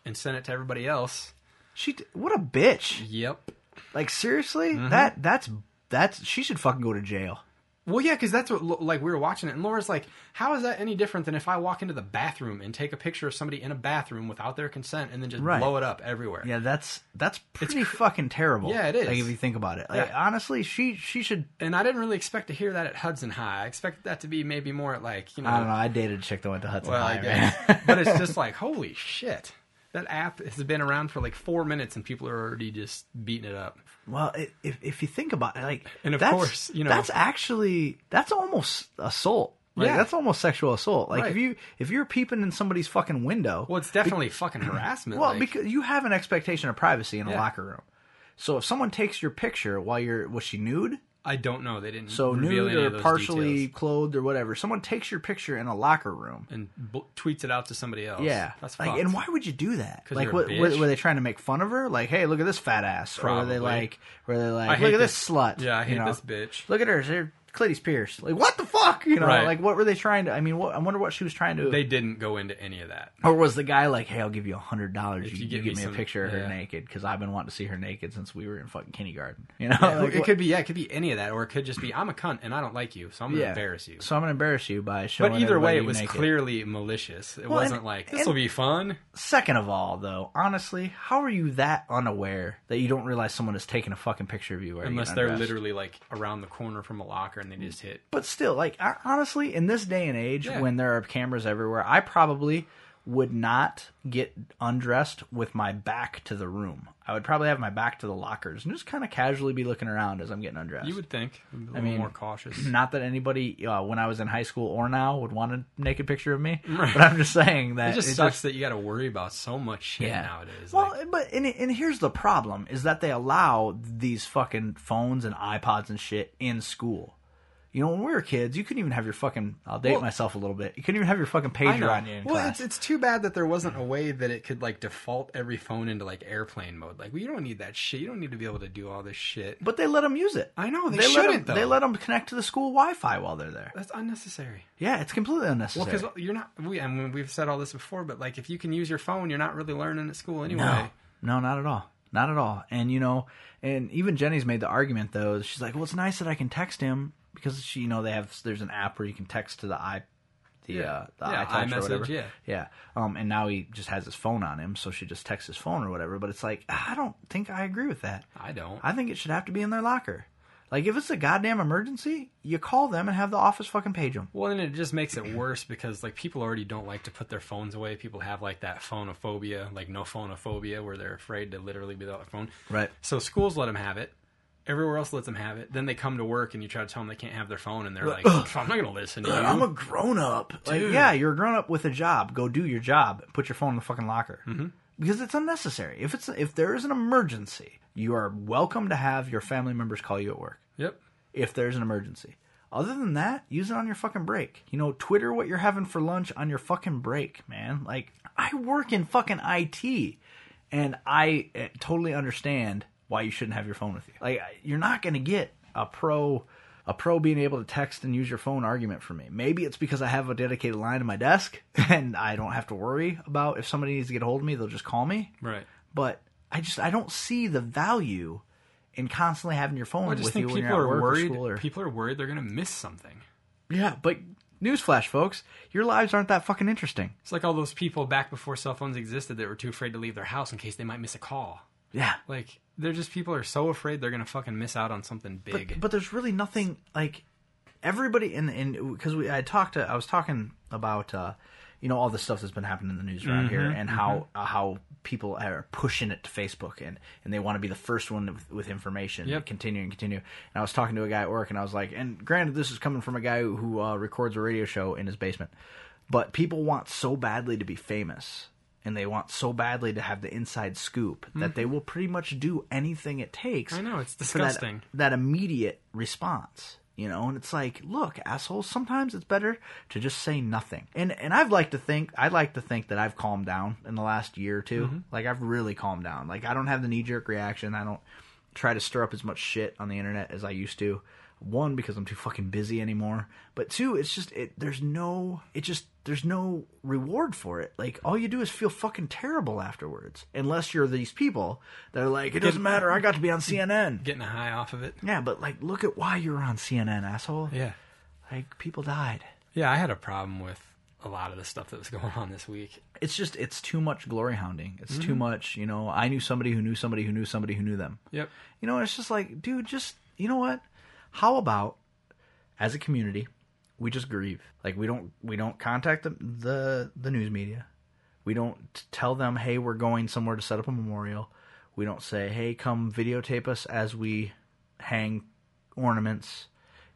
D: and sent it to everybody else.
C: She, t- what a bitch.
D: Yep.
C: Like seriously,
D: Mm-hmm.
C: that that's that's she should fucking go to jail.
D: Well, yeah, because that's what lo- like we were watching it, and Laura's like, "How is that any different than if I walk into the bathroom and take a picture of somebody in a bathroom without their consent and then just
C: Right.
D: blow it up everywhere?"
C: Yeah, that's that's pretty fucking terrible.
D: Yeah, it is.
C: Like if you think about it, like
D: Yeah.
C: honestly, she she should.
D: And I didn't really expect to hear that at Hudson High. I expected that to be maybe more at like you know,
C: I don't know. I dated a chick that went to Hudson
D: well, I
C: High.
D: guess.
C: man.
D: but it's just like, holy shit, that app has been around for like four minutes and people are already just beating it up.
C: well, i- if if you think about it, like,
D: And of
C: that's-
D: course, you know-
C: that's actually that's almost assault. Like,
D: Yeah.
C: that's almost sexual assault. Like
D: Right.
C: if you if you're peeping in somebody's fucking window,
D: Well, it's definitely fucking harassment.
C: Well,
D: like-
C: because you have an expectation of privacy in a
D: Yeah.
C: locker room. So if someone takes your picture while you're was she nude?
D: I don't know. They didn't
C: So
D: reveal
C: nude
D: any
C: or
D: of those
C: partially
D: details.
C: clothed or whatever. Someone takes your picture in a locker room.
D: and b- tweets it out to somebody else.
C: Yeah,
D: that's
C: like,
D: fucked.
C: and why would you do that?
D: 'Cause
C: Like,
D: you're a
C: what, what-
D: bitch.
C: were they trying to make fun of her? Like, hey, look at this fat ass. Or were
D: Probably.
C: they like, were they
D: I
C: like,
D: hate
C: look at this, slut?
D: Yeah, I
C: you
D: hate
C: know?
D: this bitch.
C: Look at her, her clitty's pierced. Like, what the fuck? You know,
D: Right.
C: like what were they trying to? I mean, what, I wonder what she was trying to.
D: They didn't go into any of that.
C: or was the guy like, hey, I'll give you a hundred dollars
D: If
C: if
D: you
C: you,
D: give
C: give
D: me
C: me,
D: some-
C: a picture of
D: yeah.
C: her naked because I've been wanting to see her naked since we were in fucking kindergarten. You know,
D: Yeah,
C: Oh, Like,
D: it
C: what-
D: could be yeah, it could be any of that, or it could just be I'm a cunt and I don't like you, so I'm gonna
C: yeah.
D: embarrass you.
C: So I'm gonna embarrass you by showing.
D: but either
C: everybody
D: way, it
C: you
D: was
C: naked.
D: clearly malicious. It
C: Well, and-
D: wasn't like this will
C: and-
D: be fun.
C: Second of all, though, honestly, how are you that unaware that you don't realize someone is taking a fucking picture of you? wearing
D: Unless
C: an
D: they're
C: undress?
D: literally like around the corner from a locker and they just hit.
C: But still, like I, honestly, in this day and age,
D: Yeah.
C: when there are cameras everywhere, I probably would not get undressed with my back to the room. I would probably have my back to the lockers and just kind of casually be looking around as I'm getting undressed.
D: You would think a little
C: mean,
D: more cautious.
C: Not that anybody, uh, when I was in high school or now, would want a naked picture of me. But I'm just saying that
D: It just sucks that you got to worry about so much shit nowadays.
C: Well,
D: like,
C: but and and here's the problem is that they allow these fucking phones and iPods and shit in school. You know, when we were kids, you couldn't even have your fucking. I'll date
D: Well-
C: myself a little bit. You couldn't even have your fucking
D: I know.
C: pager on you in
D: well,
C: class.
D: it's it's too bad that there wasn't a way that it could like default every phone into like airplane mode. Like, well, you don't need that shit. You don't need to be able to do all this shit.
C: but they let them use it.
D: I know, they
C: let 'em-
D: shouldn't, though.
C: They let them connect to the school Wi-Fi while they're there.
D: That's unnecessary.
C: Yeah, it's completely
D: Well,
C: unnecessary.
D: because you're not, we, and we've said all this before, but like if you can use your phone, you're not really learning at school anyway.
C: No, no, not at all. Not at all. And you know, and even Jenny's made the argument though. She's like, "Well, it's nice that I can text him because she, you know, they have there's an app where you can text to the i, the
D: Yeah.
C: uh, the
D: Yeah,
C: iTouch
D: iMessage,
C: or whatever.
D: yeah.
C: yeah. Um, and now he just has his phone on him, so she just texts his phone or whatever. But it's like, I don't think I agree with that.
D: I don't.
C: I think it should have to be in their locker. Like, if it's a goddamn emergency, you call them and have the office fucking page them.
D: well, and it just makes it worse because like people already don't like to put their phones away. People have like that phonophobia, like no phonophobia, where they're afraid to literally be without their phone.
C: Right.
D: So schools let them have it. Everywhere else lets them have it. Then they come to work and you try to tell them they can't have their phone, and they're like, "I'm not going to listen to you."
C: I'm a grown up. Like,
D: Dude.
C: yeah, you're a grown up with a job. Go do your job. Put your phone in the fucking locker
D: Mm-hmm.
C: because it's unnecessary. If it's if there is an emergency, you are welcome to have your family members call you at work.
D: yep.
C: If there's an emergency. Other than that, use it on your fucking break. You know, Twitter what you're having for lunch on your fucking break, man. Like, I work in fucking IT, and I eh, totally understand why you shouldn't have your phone with you. Like, I- you're not gonna get a pro a pro being able to text and use your phone argument for me. Maybe it's because I have a dedicated line to my desk, and I don't have to worry about if somebody needs to get a hold of me, they'll just call me.
D: Right.
C: But I just I don't see the value in constantly having your phone
D: I just
C: with
D: think
C: you when
D: people
C: you're at
D: are
C: work
D: worried.
C: or school or
D: People are worried they're going to miss something.
C: yeah, but newsflash, folks, your lives aren't that fucking interesting.
D: It's like all those people back before cell phones existed that were too afraid to leave their house in case they might miss a call.
C: Yeah.
D: Like they're just people are so afraid they're gonna fucking miss out on something big.
C: But, but there's really nothing like everybody in in because we I talked to, I was talking about uh you know all the stuff that's been happening in the news around here
D: Mm-hmm,
C: and how uh, how people are pushing it to Facebook and and they want to be the first one with, with information
D: Yep.
C: continue and continue and I was talking to a guy at work and I was like and granted this is coming from a guy who, who uh, records a radio show in his basement but people want so badly to be famous and they want so badly to have the inside scoop that they will pretty much do anything it takes
D: Mm-hmm. I know, it's
C: for that-
D: disgusting.
C: That, immediate response, you know, and it's like, look, assholes. Sometimes it's better to just say nothing. And and I've like to think, I like to think that I've calmed down in the last year or 2 Like I've really calmed down. Like I don't have the knee jerk reaction. I don't try to stir up as much shit on the internet as I used to. One because I'm too fucking busy anymore, but two, it's just it. There's no, it just there's no reward for it. Like all you do is feel fucking terrible afterwards, unless you're these people that are like, it doesn't matter. I got to be on CNN.
D: Getting a high off of it.
C: Yeah, but like, look at why you're on CNN, asshole.
D: Yeah.
C: Like, people died.
D: Yeah, I had a problem with a lot of the stuff that was going on this week.
C: It's just, it's too much glory hounding. It's too much, you know, I knew somebody who knew somebody who knew somebody who knew them.
D: Yep.
C: You know, it's just like, dude, just, you know what? How about, as a community, we just grieve. Like, we don't, we don't contact the, the, the news media. We don't t- tell them, hey, we're going somewhere to set up a memorial. We don't say, hey, come videotape us as we hang ornaments.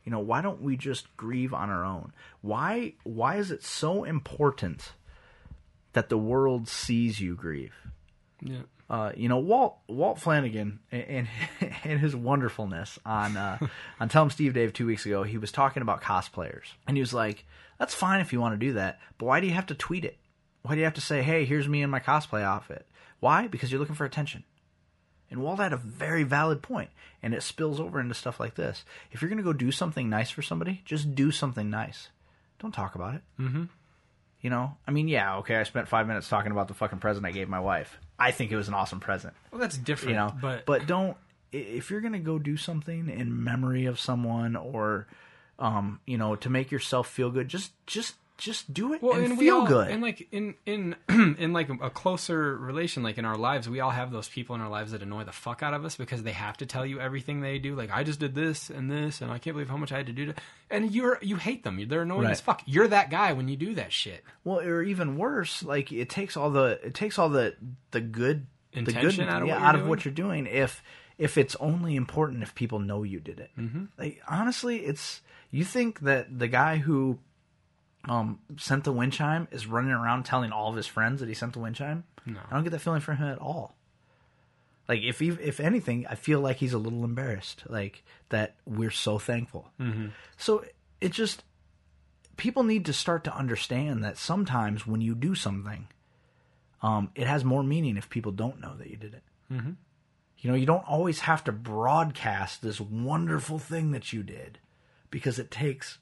C: You know, why don't we just grieve on our own? Why why is it so important that the world sees you grieve?
D: Yeah.
C: uh, you know Walt Walt Flanagan and and his wonderfulness on uh, on Tell Him Steve Dave two weeks ago. He was talking about cosplayers, and he was like, "That's fine if you want to do that, but why do you have to tweet it? Why do you have to say, hey, here's me in my cosplay outfit? Why? Because you're looking for attention." And Walt had a very valid point, and it spills over into stuff like this. If you're going to go do something nice for somebody, just do something nice. Don't talk about it. You know, I mean, yeah, okay. I spent five minutes talking about the fucking present I gave my wife. I think it was an awesome present.
D: Well, that's different.
C: You know,
D: but
C: don't i- if you're gonna go do something in memory of someone or, um, you know, to make yourself feel good, just just just do it and,
D: we
C: feel
D: all-
C: good.
D: And like in in in like a closer relation, like in our lives, we all have those people in our lives that annoy the fuck out of us because they have to tell you everything they do. Like I just did this and this, and I can't believe how much I had to do. To, and you're you hate them. They're annoying
C: Right.
D: as fuck. You're that guy when you do that shit.
C: well, or even worse, like it takes all the it takes all the the good the
D: Intention
C: good
D: out of
C: yeah,
D: what you're
C: out of
D: doing?
C: what you're doing. If if it's only important if people know you did it,
D: Mm-hmm.
C: like honestly, it's you think that the guy who um, sent the wind chime is running around telling all of his friends that he sent the wind chime. No. I don't get that feeling from him at all. Like if he, if anything, I feel like he's a little embarrassed. Like that we're so thankful.
D: Mm-hmm.
C: So it just people need to start to understand that sometimes when you do something, um, it has more meaning if people don't know that you did it. Mm-hmm. You know, you don't always have to broadcast this wonderful thing that you did because it takes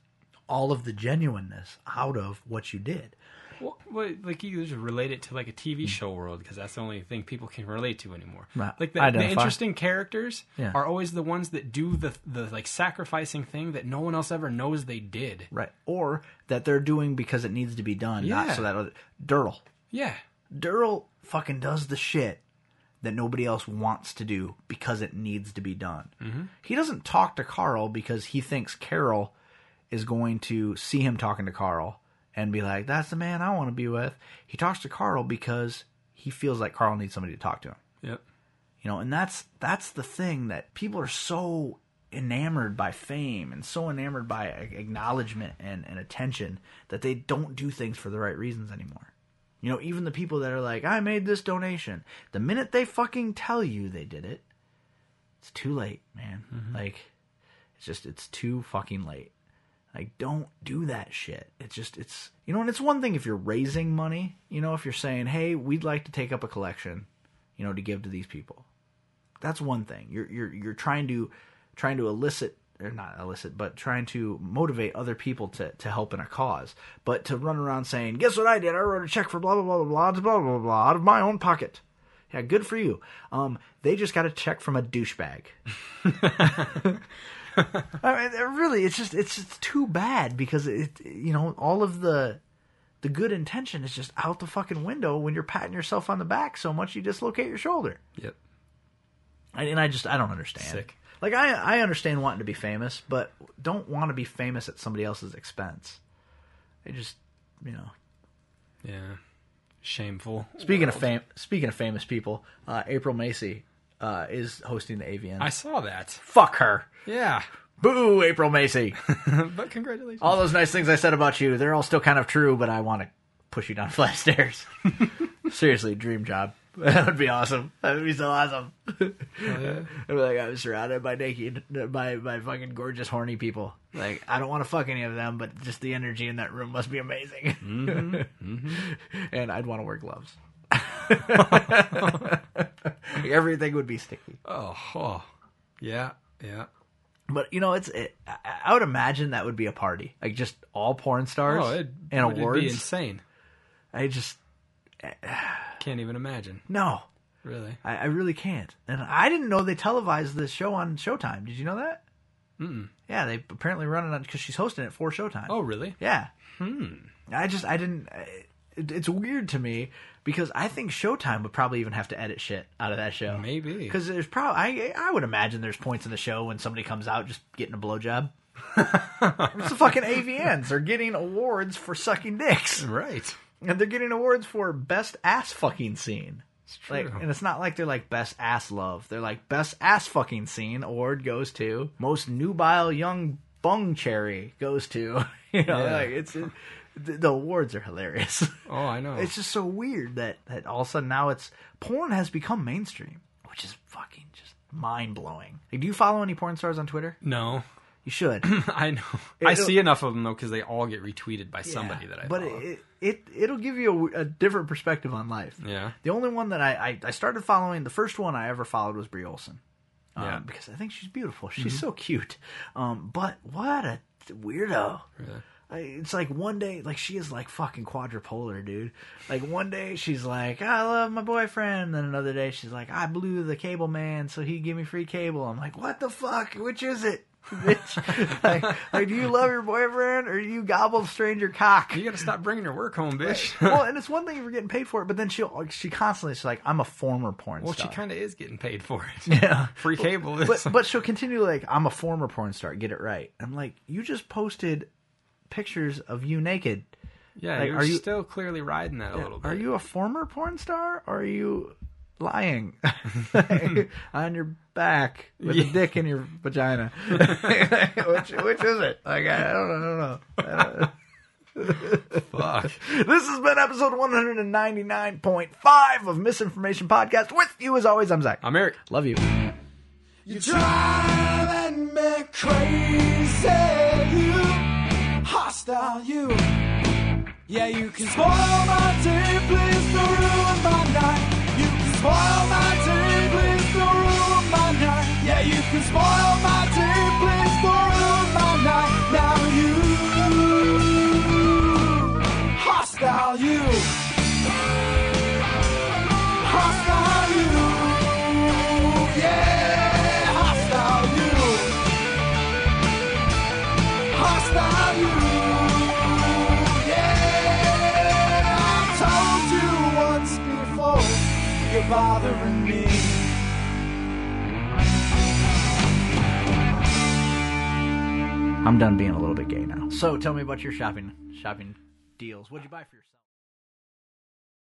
C: all of the genuineness out of what you did.
D: Well, well, like you just relate it to like a TV show world because that's the only thing people can relate to anymore.
C: Mm. Right.
D: Like the, the
C: Identify.
D: interesting characters
C: Yeah.
D: are always the ones that do the the like sacrificing thing that no one else ever knows they did.
C: Right. Or that they're doing because it needs to be done,
D: Yeah.
C: not so that other. Durl.
D: Yeah.
C: Durl fucking does the shit that nobody else wants to do because it needs to be done. He doesn't talk to Carl because he thinks Carol is going to see him talking to Carl and be like, that's the man I want to be with. He talks to Carl because he feels like Carl needs somebody to talk to him.
D: Yep.
C: You know, and that's that's the thing that people are so enamored by fame and so enamored by a- acknowledgement and, and attention that they don't do things for the right reasons anymore. You know, even the people that are like, I made this donation, the minute they fucking tell you they did it, it's too late, man. Like, it's just, it's too fucking late. Like, don't do that shit. It's just, it's, you know, and it's one thing if you're raising money, you know, if you're saying, hey, we'd like to take up a collection, you know, to give to these people. That's one thing. You're, you're, you're trying to, trying to elicit, or not elicit, but trying to motivate other people to, to help in a cause. But to run around saying, guess what I did? I wrote a check for blah, blah, blah, blah, blah, blah, blah, blah, out of my own pocket. Yeah, good for you. Um, they just got a check from a douchebag. I mean, it really, it's just it's it's too bad because it you know all of the the good intention is just out the fucking window when you're patting yourself on the back so much you dislocate your shoulder.
D: Yep.
C: And, and I just I don't understand.
D: Sick.
C: Like I I understand wanting to be famous, but don't want to be famous at somebody else's expense. It just you know.
D: Yeah. Shameful.
C: Speaking of fame, speaking of famous people, uh, April Macy uh, is hosting the AVN.
D: I saw that.
C: Fuck her.
D: Yeah.
C: Boo, April Macy.
D: but congratulations.
C: all those nice things I said about you, they're all still kind of true, but I want to push you down flat stairs. Seriously, dream job. That would be awesome. That would be so awesome. I'd be like, I'm surrounded by naked, by by fucking gorgeous, horny people. Like, I don't want to fuck any of them, but just the energy in that room must be amazing. and I'd want to wear gloves. Everything would be sticky.
D: Oh, oh. Yeah. Yeah.
C: But you know, it's it, I I would imagine that would be a party, like just all porn stars
D: Oh, it,
C: and
D: would
C: awards.
D: be insane.
C: I just
D: Can't even imagine.
C: no,
D: Really.
C: I, I really can't. And I didn't know they televised this show on Showtime. Did you know that? mm Yeah, they apparently run it on because she's hosting it for Showtime.
D: Oh, really?
C: yeah. Hmm. I just I didn't. I- It, it's weird to me because I think Showtime would probably even have to edit shit out of that show.
D: Maybe.
C: because there's probably I I would imagine there's points in the show when somebody comes out just getting a blowjob. it's the fucking AVNs. They're getting awards for sucking dicks.
D: Right.
C: And they're getting awards for best ass fucking scene. Like,
D: true.
C: and it's not like they're like best ass love. They're like best ass fucking scene award goes to most nubile young bung cherry goes to you know
D: Yeah.
C: like it's the, the awards are hilarious.
D: Oh, I know.
C: It's just so weird that that all of a sudden now it's porn has become mainstream, which is fucking just mind blowing. Like, do you follow any porn stars on Twitter?
D: no,
C: You should.
D: I know. I
C: It'll-
D: see enough of them though because they all get retweeted by somebody
C: Yeah,
D: that I.
C: But
D: follow.
C: it, it it'll give you a, a different perspective on life.
D: Yeah.
C: The only one that I, I I started following, the first one I ever followed was Brie Olson. Um,
D: Yeah. Mm-hmm.
C: Because I think she's beautiful. She's so cute. Um, but what a weirdo.
D: Really?
C: I, it's like one day, like she is like fucking quadrupolar, dude. Like one day she's like, I love my boyfriend. Then another day she's like, I blew the cable man, so he gave me free cable. I'm like, what the fuck? Which is it? Bitch. like, like, do you love your boyfriend or do you gobble stranger cock?
D: you gotta stop bringing your work home, bitch.
C: well, and it's one thing if you're getting paid for it, but then she'll like, she constantly she's like, I'm a former porn
D: well, she
C: star.
D: kind of is getting paid for it. Yeah, free cable is.
C: but but she'll continue like, I'm a former porn star. Get it right. I'm like, you just posted pictures of you naked.
D: yeah,
C: like,
D: you're
C: are you-
D: still clearly riding that a little bit.
C: Are you a former porn star? Or are you lying on your back with a
D: Yeah.
C: dick in your vagina? which which is it? Like I don't know. I don't know.
D: Fuck.
C: This has been episode 199.5 of Misinformation Podcast. With you as always, I'm Zach.
D: I'm Eric.
C: Love you.
B: You driving me crazy, you hostile, you. Yeah, you can spoil my day, please don't ruin my night. You can spoil my day, please don't ruin my night. Yeah, you can spoil my day, please don't ruin my night. Now you hostile, you hostile, you. Yeah, hostile you. Hostile you. Yeah, I told you once before. You're bothering me.
C: I'm done being a little bit gay now. So tell me about your shopping shopping deals. What'd you buy for yourself?